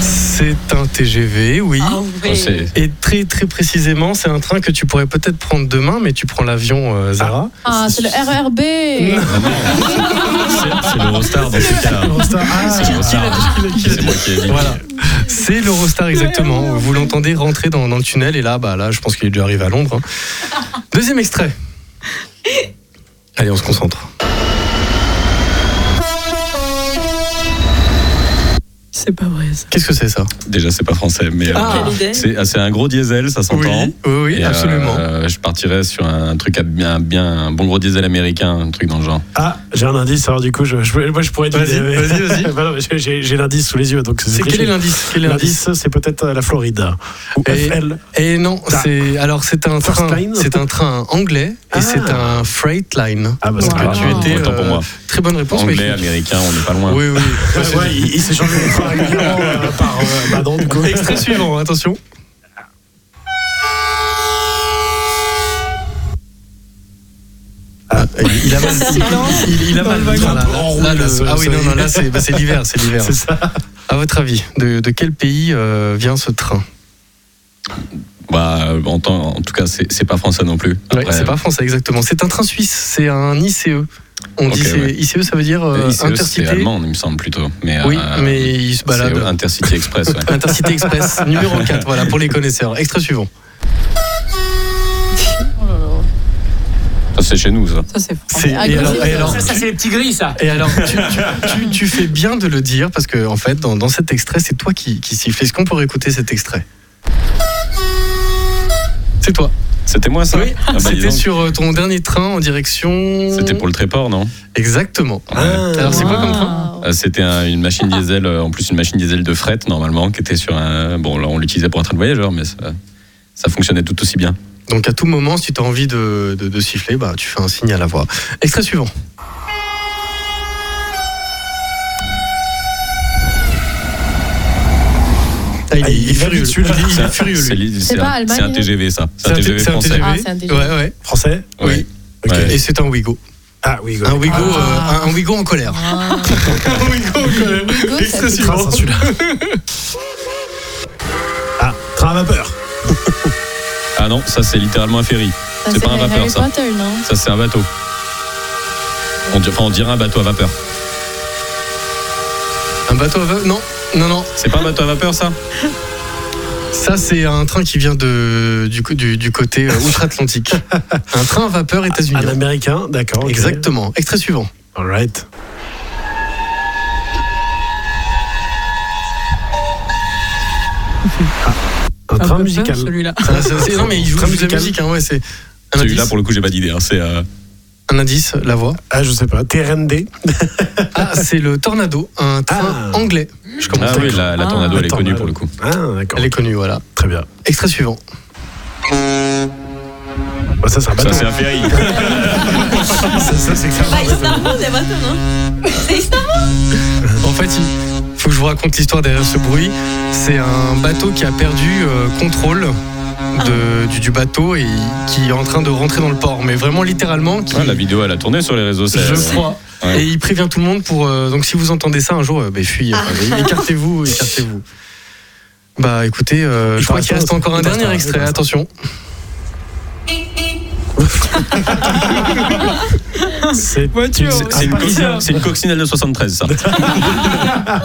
S1: C'est un TGV, oui.
S4: Ah
S5: Enfin,
S4: ouais.
S5: c'est-
S1: Et très très précisément, c'est un train que tu pourrais peut-être prendre demain, mais tu prends l'avion euh, Zara.
S3: Ah, c'est le RRB.
S5: C'est l'Eurostar dans ce cas-là.
S2: Eurostar. Ah,
S5: C'est l'Eurostar. C'est moi qui ai dit.
S1: Voilà. C'est l'Eurostar exactement. Vous l'entendez rentrer dans, dans le tunnel et là, bah là, je pense qu'il est déjà arrivé à Londres. hein. Deuxième extrait. Allez, on se concentre.
S11: C'est pas vrai ça.
S1: Qu'est-ce que c'est ça
S5: Déjà, c'est pas français, mais euh,
S4: Ah. Quelle idée.
S5: c'est ah, c'est un gros diesel, ça s'entend.
S1: Oui, oui, oui,
S5: Et, euh,
S1: absolument.
S5: euh, je partirais sur un truc à bien, bien un bon gros diesel américain, un truc dans le genre.
S2: Ah, j'ai un indice, alors du coup, je, je- moi je pourrais dire.
S1: Vas-y,
S2: mais-
S1: vas-y, vas-y.
S2: Bah non, mais j'ai- j'ai j'ai l'indice sous les yeux, donc
S1: C'est quel est
S2: triché.
S1: l'indice Quel est l'indice
S2: L'indice, c'est peut-être euh, la Floride. Ou
S1: Et-
S2: FL.
S1: Et Eh non,
S2: Ta-
S1: c'est alors c'est un
S2: First
S1: train,
S2: line
S1: c'est un train anglais et
S2: Ah.
S1: c'est un freight line.
S2: Ah, bah
S1: Parce
S2: c'est
S1: que
S2: pas
S1: tu
S2: grave.
S1: étais
S5: Autant pour
S1: euh,
S5: moi.
S1: très bonne réponse. mais-
S5: Anglais, américain, on n'est pas loin.
S1: Oui, oui.
S2: Ouais, ouais, il, il s'est changé les fois régulièrement euh, par. euh, bah non, du coup.
S1: Extrait suivant, attention. Ah, il- il a mal. Il, il a
S2: Dans
S1: mal.
S2: le wagon.
S1: Voilà, là,
S2: En roue,
S1: là,
S2: oh là,
S1: le-
S2: ce-
S1: ah oui,
S2: ce-
S1: non, non, là, c'est bah, c'est l'hiver, c'est l'hiver.
S2: C'est ça.
S1: À votre avis, de, de quel pays euh, vient ce train
S5: Bah, euh, en, temps- en tout cas, c'est c'est pas français non plus.
S1: Ouais,
S5: Après,
S1: C'est pas français, exactement. C'est un train suisse, c'est un ICE. On dit
S5: Ok,
S1: c'est-
S5: ouais.
S1: ICE, ça veut dire euh,
S5: euh, ICE, c'est
S1: intercité.
S5: allemand, il me semble plutôt. Mais,
S1: Oui,
S5: euh,
S1: mais il se
S5: c'est
S1: balade.
S5: Intercity Express, ouais.
S1: Intercité Express, numéro 4, voilà, pour les connaisseurs. Extrait suivant.
S5: Ça, c'est chez nous, ça.
S11: Ça c'est
S1: C'est-
S3: Ah,
S1: et
S3: comme
S1: alors-
S3: ça,
S1: et alors,
S10: Ça, ça, c'est les petits gris, ça.
S1: Et alors, tu, tu- tu- tu fais bien de le dire parce que, en fait, dans, dans cet extrait, c'est toi qui, qui siffle. Est-ce qu'on pourrait écouter cet extrait C'est toi.
S5: C'était moi, ça
S1: Oui,
S5: Ah bah, dis
S1: c'était
S5: donc.
S1: sur euh, ton dernier train en direction.
S5: C'était pour le Ah. Tréport, non
S1: Exactement.
S5: Ouais.
S1: Alors, c'est quoi comme
S10: Ah.
S1: train
S3: Waouh.
S5: Euh, C'était un- une machine
S1: Ah.
S5: diesel, euh, en plus une machine diesel de fret normalement, qui était sur un. Bon, là on l'utilisait pour un train de voyageurs, mais ça, ça fonctionnait tout aussi bien.
S1: Donc, à tout moment, si tu as envie de, de- de siffler, bah, tu fais un signe à la voix. Extrait suivant. Ah, il, est- il est
S2: il va
S1: furieux.
S2: vite, celui-là.
S1: Il est- il est
S5: C'est
S1: furieux, lui.
S5: li- c'est
S3: pas
S5: un,
S3: Allemagne,
S5: c'est un
S3: hein
S5: TGV ça. C'est un TGV
S1: c'est
S5: français.
S1: TGV.
S3: Ah, c'est un TGV.
S1: Ouais, ouais.
S2: Français
S5: Oui.
S2: Ok.
S5: Ouais.
S1: Et c'est un Wigo.
S2: Ah oui,
S1: Un Wigo, euh, un- un Wigo en colère.
S3: Ah.
S1: un Wigo en colère.
S3: Wigo, ça
S1: Extrait
S3: fait
S1: suivant.
S2: train, celui-là. Ah, train à vapeur.
S5: Ah non, ça c'est littéralement un ferry.
S3: Ça,
S5: C'est pas un
S3: Harry
S5: vapeur, ça.
S3: Potter, non
S5: Ça c'est un bateau. On, dir- enfin, on dirait un bateau à vapeur.
S1: Un bateau à vapeur Non, non, non.
S5: C'est pas un bateau à vapeur ça
S1: Ça, c'est un train qui vient de, du, co- du, du côté euh, outre-Atlantique. un train à vapeur
S2: Un
S1: états-unien.
S2: américain, d'accord. ok.
S1: Exactement. Extrait suivant.
S2: All right. Ah, un
S11: un
S2: train
S11: peu
S2: musical.
S11: peur, celui-là.
S1: Ça, ça, c'est- non, mais il joue
S2: Train
S1: juste de la
S2: musical.
S1: musique. hein, ouais, c'est un
S5: Celui-là
S1: indice.
S5: pour le coup j'ai pas d'idée. hein. C'est euh,
S1: Un indice, la voix.
S2: Ah, je sais pas. TRND.
S1: Ah, c'est le Tornado, un train
S2: Ah.
S1: anglais. Je commence
S5: ah
S1: à
S5: oui la, la
S11: Ah,
S5: tornado elle est
S2: la
S5: connue
S2: tornado.
S5: pour le coup.
S2: Ah, d'accord.
S1: Elle est connue, voilà.
S2: Très bien.
S1: Extrait suivant.
S2: Bah, ça, c'est un
S5: Ça
S2: bateau.
S5: c'est un ferry.
S2: Ça, ça, c'est clairement
S4: Bah,
S2: un bateau.
S4: Istanbul, les bateaux, non
S1: En fait, il faut que je vous raconte l'histoire derrière ce bruit. C'est un bateau qui a perdu euh, contrôle de- du, du bateau et qui est en train de rentrer dans le port. Mais vraiment littéralement, qui-
S5: Ouais, Ah, la vidéo, elle a tourné sur les réseaux. euh, ça-
S1: je crois.
S5: Ouais.
S1: Et il prévient tout le monde pour. euh, donc si vous entendez ça un jour, euh, ben, fuyez.
S5: Ah.
S1: Écartez-vous, écartez-vous. Bah écoutez, euh, je crois qu'il reste encore un dernier extrait. Attention.
S2: C'est
S5: C'est-
S2: Ah,
S5: c'est une, coccinelle- c'est une coccinelle de 73, ça.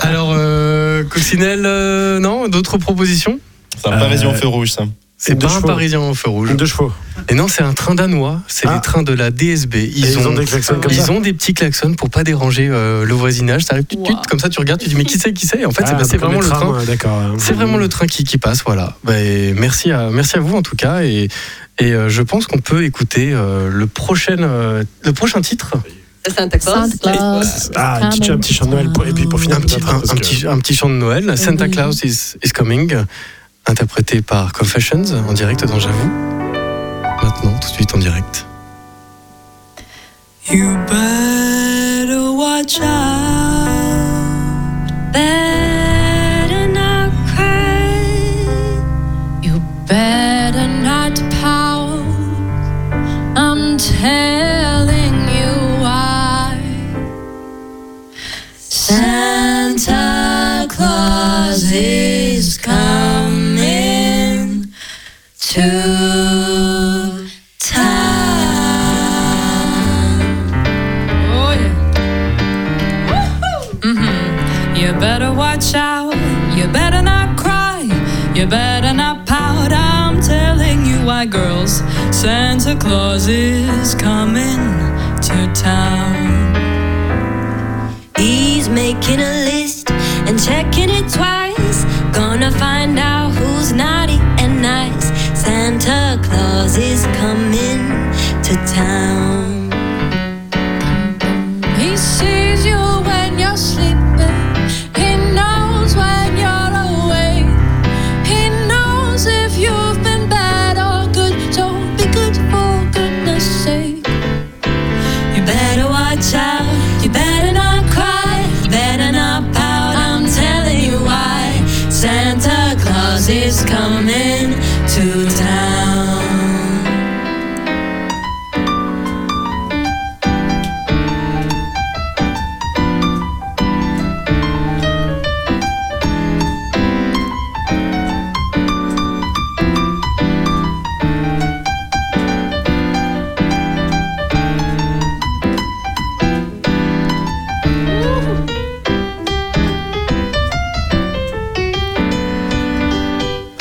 S1: Alors, euh, Coccinelle, euh, non D'autres propositions
S7: C'est un parisien au feu rouge, ça.
S1: C'est
S2: deux
S1: pas un
S2: chevaux.
S1: parisien au feu rouge.
S2: Deux chevaux.
S1: Et non, c'est un train danois, c'est les trains de la DSB. Ils,
S2: ils ont des klaxons comme
S1: ils
S2: ça
S1: ont des petits klaxons pour pas déranger euh, le voisinage. Ça arrive tout de suite, comme ça tu regardes, tu dis mais qui c'est, qui c'est Et En fait, eh ben, c'est-
S2: Ah,
S1: c'est
S2: comme
S1: vraiment
S2: les
S1: le
S2: trams,
S1: train.
S2: ouais, D'accord. ouais.
S1: C'est vraiment le train qui, qui passe, voilà. Ben, merci, à, merci à vous en tout cas. Et, et euh, je pense qu'on peut écouter euh, le, prochain, euh, le prochain titre.
S4: Santa Claus.
S2: Ah, un petit, un petit chant de Noël. pour- Et puis pour finir,
S1: Un petit,
S2: peut-être, hein,
S1: un,
S2: parce
S1: un
S2: que-
S1: petit, un petit chant de Noël, Santa Claus is, is Coming, interprété par Confessions en direct dans J'avoue. Maintenant, tout de suite en direct.
S6: You better watch out. Better not cry. You better not pout. I'm telling you why. Santa Claus is coming to town. Oh yeah. hmm You better watch out. You better not cry. You better not pout. I'm telling you why, girls. Santa Claus is coming to town. He's making a list and checking it twice. Gonna find out who's naughty and nice. Santa Claus is coming to town.
S13: He sees you when you're sleeping. He knows when you're awake. He knows if you've been bad or good. So be good for goodness sake.
S6: You better watch out. You better not cry. You better not pout. I'm telling you why. Santa Claus is coming to town.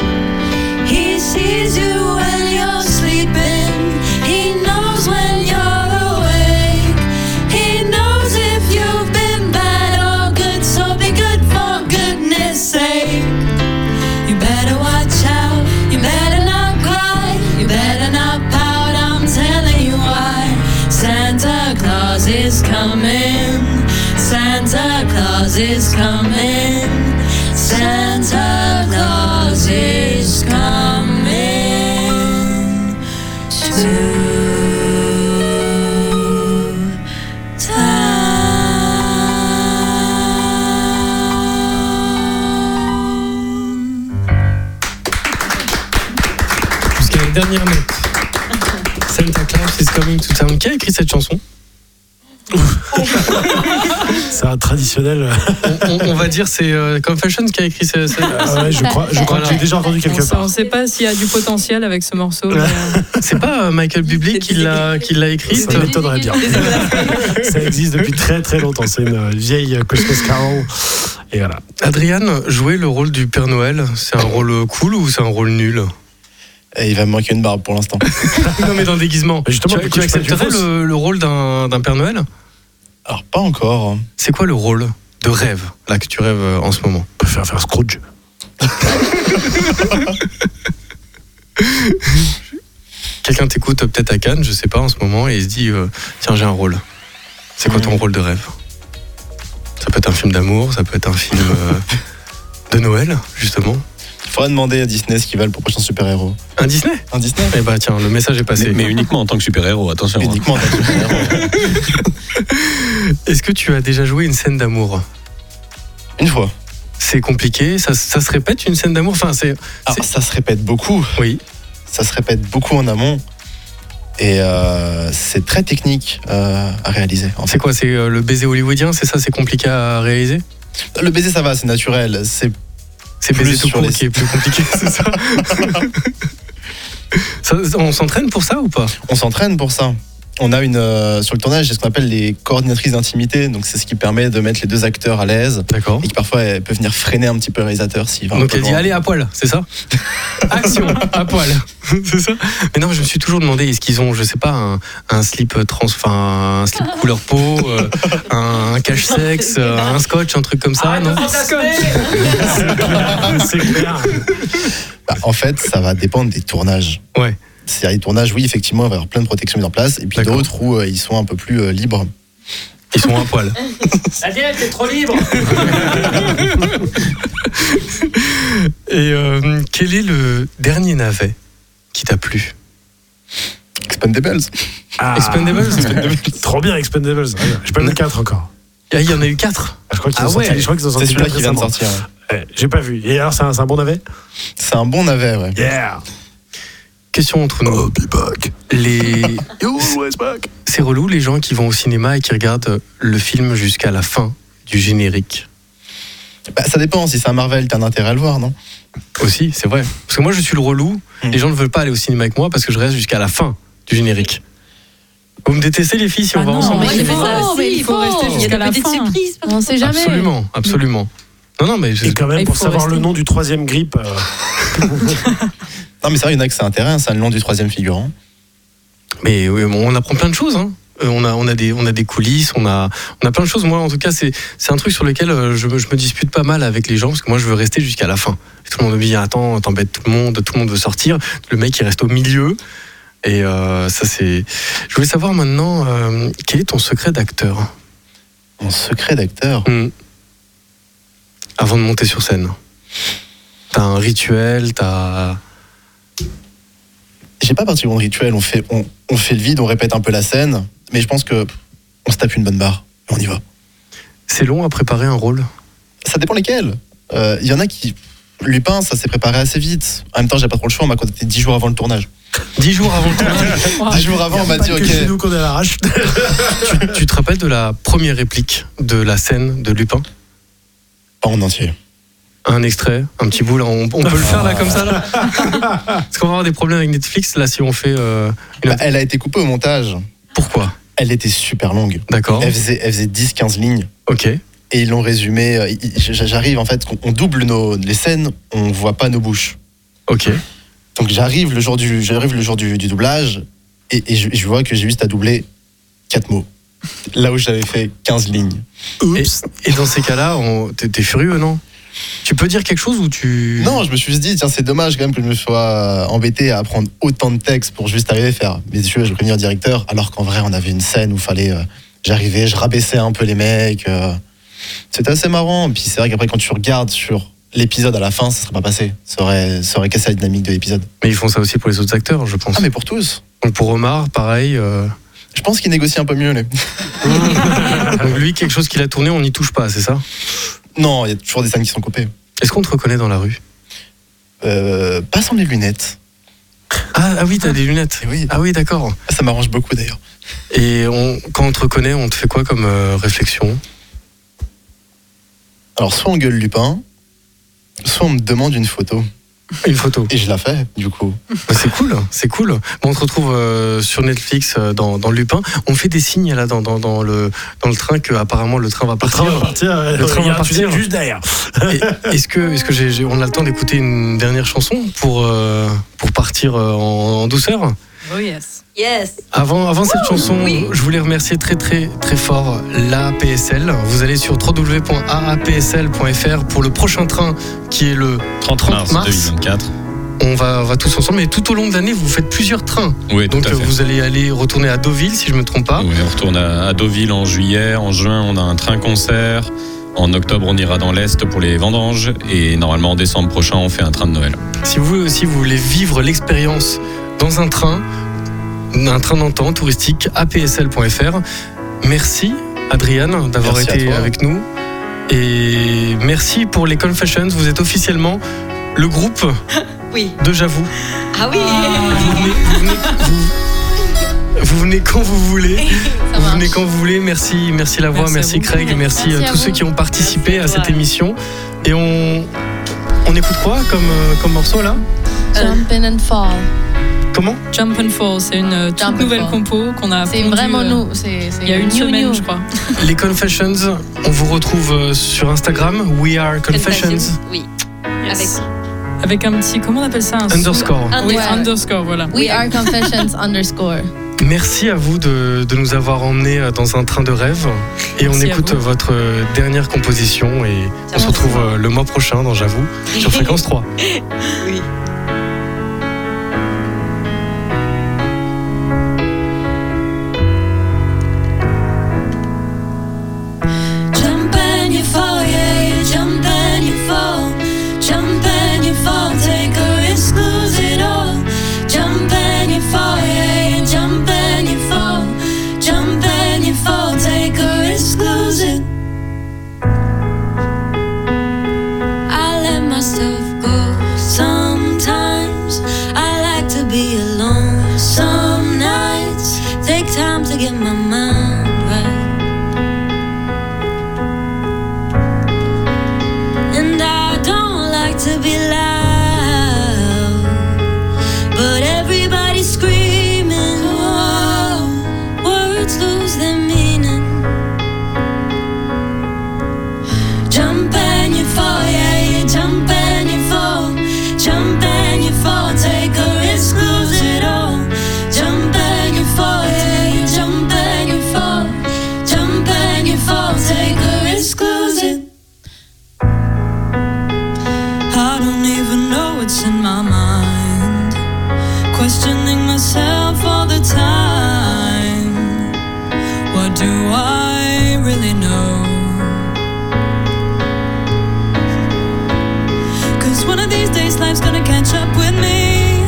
S13: He sees you when you're sleeping. He knows when you're awake. He knows if you've been bad or good. So be good for goodness sake.
S6: You better watch out. You better not cry. You better not pout. I'm telling you why. Santa Claus is coming. Santa Claus is coming. Santa Claus is coming to
S1: Jusqu'à la dernière note. Santa Claus is Coming to Town. Qui a écrit cette chanson
S2: C'est un traditionnel.
S1: on, on va dire c'est euh, Confessions qui a écrit cette chanson.
S2: Ah ouais, je crois- je crois que j'ai déjà entendu
S9: On sait- on sait pas s'il y a du potentiel avec ce morceau. mais, euh,
S1: C'est pas euh, Michael Bublé qui l'a qui l'a euh. écrite
S2: Ça m'étonnerait bien. Ça existe depuis très très longtemps. C'est une euh, vieille euh, Christmas Carol. Et voilà.
S1: Adrian, jouer le rôle du Père Noël, c'est un rôle euh, cool ou c'est un rôle nul
S7: Et il va me manquer une barbe pour l'instant.
S1: Non mais dans le déguisement.
S7: Justement,
S1: tu,
S7: pourquoi
S1: tu
S7: tu fais du
S1: accepterais
S7: fausse
S1: le, le rôle d'un d'un Père Noël
S7: Alors, pas encore. hein.
S1: C'est quoi le rôle de rêve là que tu rêves euh, en ce moment
S2: On peut faire faire Scrooge.
S1: Quelqu'un t'écoute euh, peut-être à Cannes, je sais pas en ce moment, et il se dit euh, tiens j'ai un rôle. C'est quoi ton rôle de rêve Ça peut être un film d'amour, ça peut être un film euh, de Noël justement.
S7: Il faudra demander à Disney ce qu'ils veulent pour le prochain super-héros.
S1: Un Disney
S7: Un Disney
S1: Eh bah tiens, le message est passé.
S5: Mais, mais uniquement en tant que super-héros, attention. hein.
S7: Uniquement en tant que super-héros.
S1: Est-ce que tu as déjà joué une scène d'amour
S7: Une fois.
S1: C'est compliqué, ça, ça se répète une scène d'amour. Enfin, c'est
S7: Alors, ça se Ah, répète beaucoup.
S1: oui.
S7: ça se répète beaucoup en amont. Et euh, c'est très technique euh, à réaliser. en
S1: C'est quoi C'est euh, le baiser hollywoodien C'est ça C'est compliqué à réaliser
S7: fait. Le baiser, ça va, c'est naturel. C'est
S1: C'est
S7: plus
S1: baiser tout
S7: sur
S1: court
S7: les-
S1: qui est plus compliqué, c'est ça Ça, on s'entraîne pour ça ou pas
S7: On s'entraîne pour ça. On a une euh, sur le tournage, c'est ce qu'on appelle les coordinatrices d'intimité. Donc c'est ce qui permet de mettre les deux acteurs à l'aise.
S1: D'accord.
S7: Et qui parfois elle peut venir freiner un petit peu le réalisateur s'il va. un
S1: Donc
S7: peu
S1: elle dit
S7: loin.
S1: allez à poil, c'est ça Action, à poil, c'est ça Mais non, je me suis toujours demandé est-ce qu'ils ont, je sais pas, un, un slip trans, enfin un slip couleur peau, euh, un, un cache sexe, euh, un scotch, un truc comme
S14: Ah,
S9: Ah,
S1: ça, Ah, non
S2: C'est clair.
S7: Bah, en fait, ça va dépendre des tournages.
S1: Ouais.
S7: C'est-à-dire les tournages, oui, effectivement, il va y avoir plein de protections mises en place, et puis d'autres où euh, ils sont un peu plus euh, libres.
S1: Ils sont à poil.
S10: Adèle, t'es trop libre
S1: Et euh, quel est le dernier navet qui t'a plu
S7: Expendables.
S2: Ah.
S1: Expendables
S2: Trop bien, Expendables. Ouais, J'ai pas vu le 4 encore.
S1: Ah, Il y en a eu quatre
S2: Je crois qu'ils
S1: Ah
S2: ont sorti-
S1: ouais.
S2: je crois qu'ils ont sorti
S7: C'est celui-là
S2: quatre
S7: qui vient de
S2: récemment.
S7: sortir.
S2: Ouais, J'ai pas vu. Et alors, c'est un, c'est un bon navet
S7: C'est un bon navet, ouais.
S2: Yeah
S1: Question entre nous. Les...
S2: You always back.
S1: C'est relou les gens qui vont au cinéma et qui regardent le film jusqu'à la fin du générique.
S7: Bah, ça dépend, si c'est un Marvel, t'as un intérêt à le voir, non
S1: Aussi, c'est vrai. Parce que moi, je suis le relou. Les gens ne veulent pas aller au cinéma avec moi parce que je reste jusqu'à la fin du générique. Vous me détestez, les filles, si on
S10: Ah
S1: va ensemble au
S3: mais il
S1: cinéma
S3: faut,
S4: aussi,
S3: mais il
S4: il
S3: faut
S4: faut.
S3: rester
S4: Il y a
S3: jusqu'à
S4: des
S3: la
S4: petites
S3: fin.
S4: surprises,
S3: On sait jamais.
S1: Absolument, absolument. Non, non, mais je-
S2: Et quand même,
S3: Il
S2: pour
S3: faut
S2: savoir
S3: rester.
S2: le nom du troisième grip, euh,
S7: Non, mais c'est vrai, il y en a que c'est intérêt, c'est le nom du troisième figurant.
S1: mais oui, bon, on apprend plein de choses. hein. Euh, on, a, on, a des, on a des coulisses, on a, on a plein de choses. Moi, en tout cas, c'est c'est un truc sur lequel euh, je, me- je me dispute pas mal avec les gens parce que moi, je veux rester jusqu'à la fin. Et tout le monde me dit Attends, t'embêtes tout le monde, tout le monde veut sortir. Le mec, il reste au milieu. Et euh, ça, c'est. Je voulais savoir maintenant, euh, quel est ton secret d'acteur
S7: Mon secret d'acteur.
S1: Hmm. Avant de monter sur scène. T'as un rituel, t'as.
S7: J'ai pas particulièrement de rituel, on fait, on, on fait le vide, on répète un peu la scène, mais je pense que on se tape une bonne barre, et on y va.
S1: C'est long à préparer un rôle.
S7: Ça dépend lesquels. Euh, Il y en a qui. Lupin, ça s'est préparé assez vite. En même temps, j'ai pas trop le choix, on m'a contacté 10 jours avant le tournage.
S1: Dix jours avant le tournage,
S7: 10 jours avant, on m'a
S2: pas
S7: dit,
S2: que
S7: ok.
S2: chez nous qu'on est à l'arrache.
S1: tu, tu te rappelles de la première réplique de la scène de Lupin
S7: Pas en entier.
S1: Un extrait, un petit bout là, on, on peut le faire là comme ça là Parce qu'on va avoir des problèmes avec Netflix là si on fait. euh, une-
S7: Bah, elle a été coupée au montage.
S1: Pourquoi
S7: Elle était super longue.
S1: D'accord,
S7: Elle faisait, elle faisait 10-15 lignes.
S1: ok.
S7: Et ils l'ont résumé. euh, ils- ils- J'arrive, en fait, qu'on- on double nos, les scènes, on voit pas nos bouches.
S1: Ok.
S7: Donc j'arrive le jour du, j'arrive le jour du, du doublage et, et je, je vois que j'ai juste à doubler 4 mots. Là où j'avais fait 15 lignes.
S1: Et, et dans ces cas-là, on- t'es t'es furieux, non Tu peux dire quelque chose ou tu.
S7: Non, je me suis dit, tiens, c'est dommage quand même que je me sois embêté à apprendre autant de textes pour juste arriver à faire. Messieurs, je préviens le directeur, alors qu'en vrai, on avait une scène où fallait. euh, J'arrivais, je rabaissais un peu les mecs. euh, C'était assez marrant. Puis c'est vrai qu'après, quand tu regardes sur l'épisode à la fin, ça serait pas passé. Ça aurait, ça aurait cassé la dynamique de l'épisode.
S1: Mais ils font ça aussi pour les autres acteurs, je pense.
S7: Ah, mais pour tous.
S1: Donc pour Omar, pareil. euh,
S7: Je pense qu'ils négocient un peu mieux, les.
S1: Donc lui, quelque chose qu'il a tourné, on n'y touche pas, c'est ça
S7: Non, il y a toujours des scènes qui sont coupées.
S1: Est-ce qu'on te reconnaît dans la rue
S7: Euh, pas sans les lunettes.
S1: ah, ah oui, t'as des lunettes.
S7: Eh oui.
S1: Ah oui, d'accord.
S7: Ça m'arrange beaucoup d'ailleurs.
S1: Et on- quand on te reconnaît, on te fait quoi comme euh, réflexion
S7: Alors, soit on gueule Lupin, soit on me demande une photo.
S1: Une photo.
S7: Et je la fais, du coup.
S1: Bah, c'est cool, c'est cool. Bon, on se retrouve euh, sur Netflix euh, dans, dans Lupin. On fait des signes là dans, dans, dans le, dans le train que apparemment le train va
S2: Le train va
S1: partir.
S2: partir. euh,
S1: Le train
S2: il y a
S1: va
S2: un tunnel
S1: partir.
S2: juste derrière.
S1: Et Est-ce que, est-ce que j'ai, j'ai- on a le temps d'écouter une dernière chanson pour, euh, pour partir euh, en- en douceur
S9: Oh yes.
S4: Yes.
S1: Avant, avant cette chanson,
S4: oui.
S1: je voulais remercier très très très fort l'APSL. Vous allez sur www.aapsl.fr pour le prochain train qui est le
S5: 30
S1: 30
S5: mars
S1: mars.
S5: 2024.
S1: on va, on va tous ensemble. Et tout au long de l'année, vous faites plusieurs trains.
S5: Oui, tout
S1: Donc
S5: à
S1: euh,
S5: fait.
S1: vous allez aller retourner à Deauville si je me trompe pas.
S5: Oui, on retourne à, à Deauville en juillet. En juin, on a un train concert. En octobre, on ira dans l'Est pour les vendanges. Et normalement, en décembre prochain, on fait un train de Noël.
S1: Si vous aussi vous voulez vivre l'expérience dans un train, un train d'antan touristique, apsl.fr. Merci Adriane d'avoir
S7: Merci à
S1: été
S7: toi.
S1: avec nous. Et merci pour les Confessions. Vous êtes officiellement le groupe
S4: Oui.
S1: de J'avoue.
S4: Ah oui
S1: Vous venez quand vous voulez. Vous venez quand vous voulez. Merci, merci la voix,
S9: Merci
S1: merci,
S9: à vous.
S1: Craig, merci,
S9: Merci
S1: à
S9: à
S1: tous
S9: vous.
S1: ceux qui ont participé à
S9: Merci à
S1: cette
S9: toi.
S1: émission. Et on, on écoute quoi comme, euh, comme morceau là
S14: Jumpin' and Fall.
S1: Comment
S9: Jump and Fall, c'est une euh, toute
S14: Jump and
S9: nouvelle
S14: Fall.
S9: compo qu'on
S3: Ah,
S9: a
S14: C'est
S9: pondue,
S14: vraiment
S9: euh,
S14: nous. C'est c'est
S9: Il y a une
S14: new,
S9: semaine,
S14: new.
S9: je crois.
S1: Les Confessions. On vous retrouve euh, sur Instagram. We are Confessions.
S4: Oui.
S9: Avec. Avec un petit. Comment on appelle ça un sous-
S1: Underscore.
S9: Oui,
S14: Ouais.
S9: underscore, voilà.
S14: We are confessions underscore.
S1: Merci à vous de, de nous avoir emmenés euh, dans un train de rêve. Et on
S9: Merci à
S1: écoute
S9: vous.
S1: votre euh, dernière composition. Et on se retrouve euh, le mois prochain dans J'avoue sur Fréquence 3.
S4: Oui.
S6: Jump and you fall, yeah, you jump and you fall. Jump and you fall, take a risk, lose it all. Jump and you fall, yeah, you jump and you fall. Jump and you fall, take a risk, lose it. I let myself go sometimes. I like to be alone some nights. Take time to get my mind right. And I don't like to be loud. But everybody's screaming. Whoa, words lose their meaning. Jump and you fall, yeah, you jump and you fall. Jump and you fall, take a risk, lose it all. Jump and you fall, yeah, you jump and you fall. Jump and you fall, take a risk, lose it. I don't even know what's in my mind. Questioning myself all the time. What do I really know? Cause one of these days life's gonna catch up with me.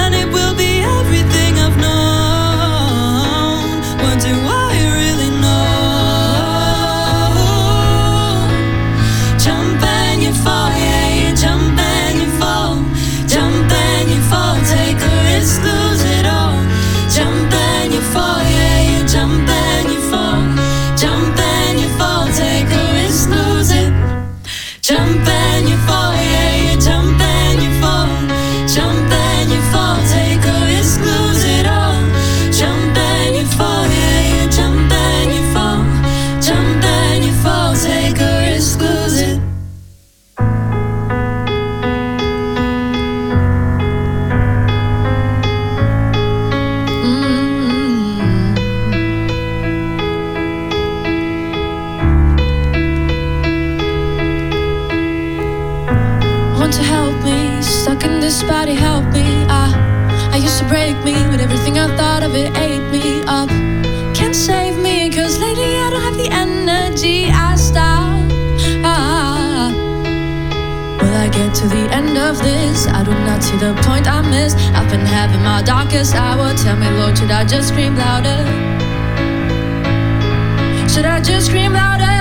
S6: And it will be everything I've known. What do I really know? Jump and you fall, yeah, you jump and you fall. Jump and you fall, take a risk, lose it all. Jump and you fall, yeah, you jump and you fall. Jump and you fall, take a risk, lose it. Jump and you fall, yeah, you jump and you fall. Jump and you fall, take a risk, lose it all. Jump and you fall, yeah, you jump and you fall. Jump and you fall, take a risk, lose it.
S3: Want to help me? Stuck in this body, help me. I, I used to break me, but everything I thought of it ate me up. Can't save me, cause lately I don't have the energy. I stop. Ah. Will I get to the end of this? I do not see the point I miss. I've been having my darkest hour. Tell me, Lord, should I just scream louder? Should I just scream louder?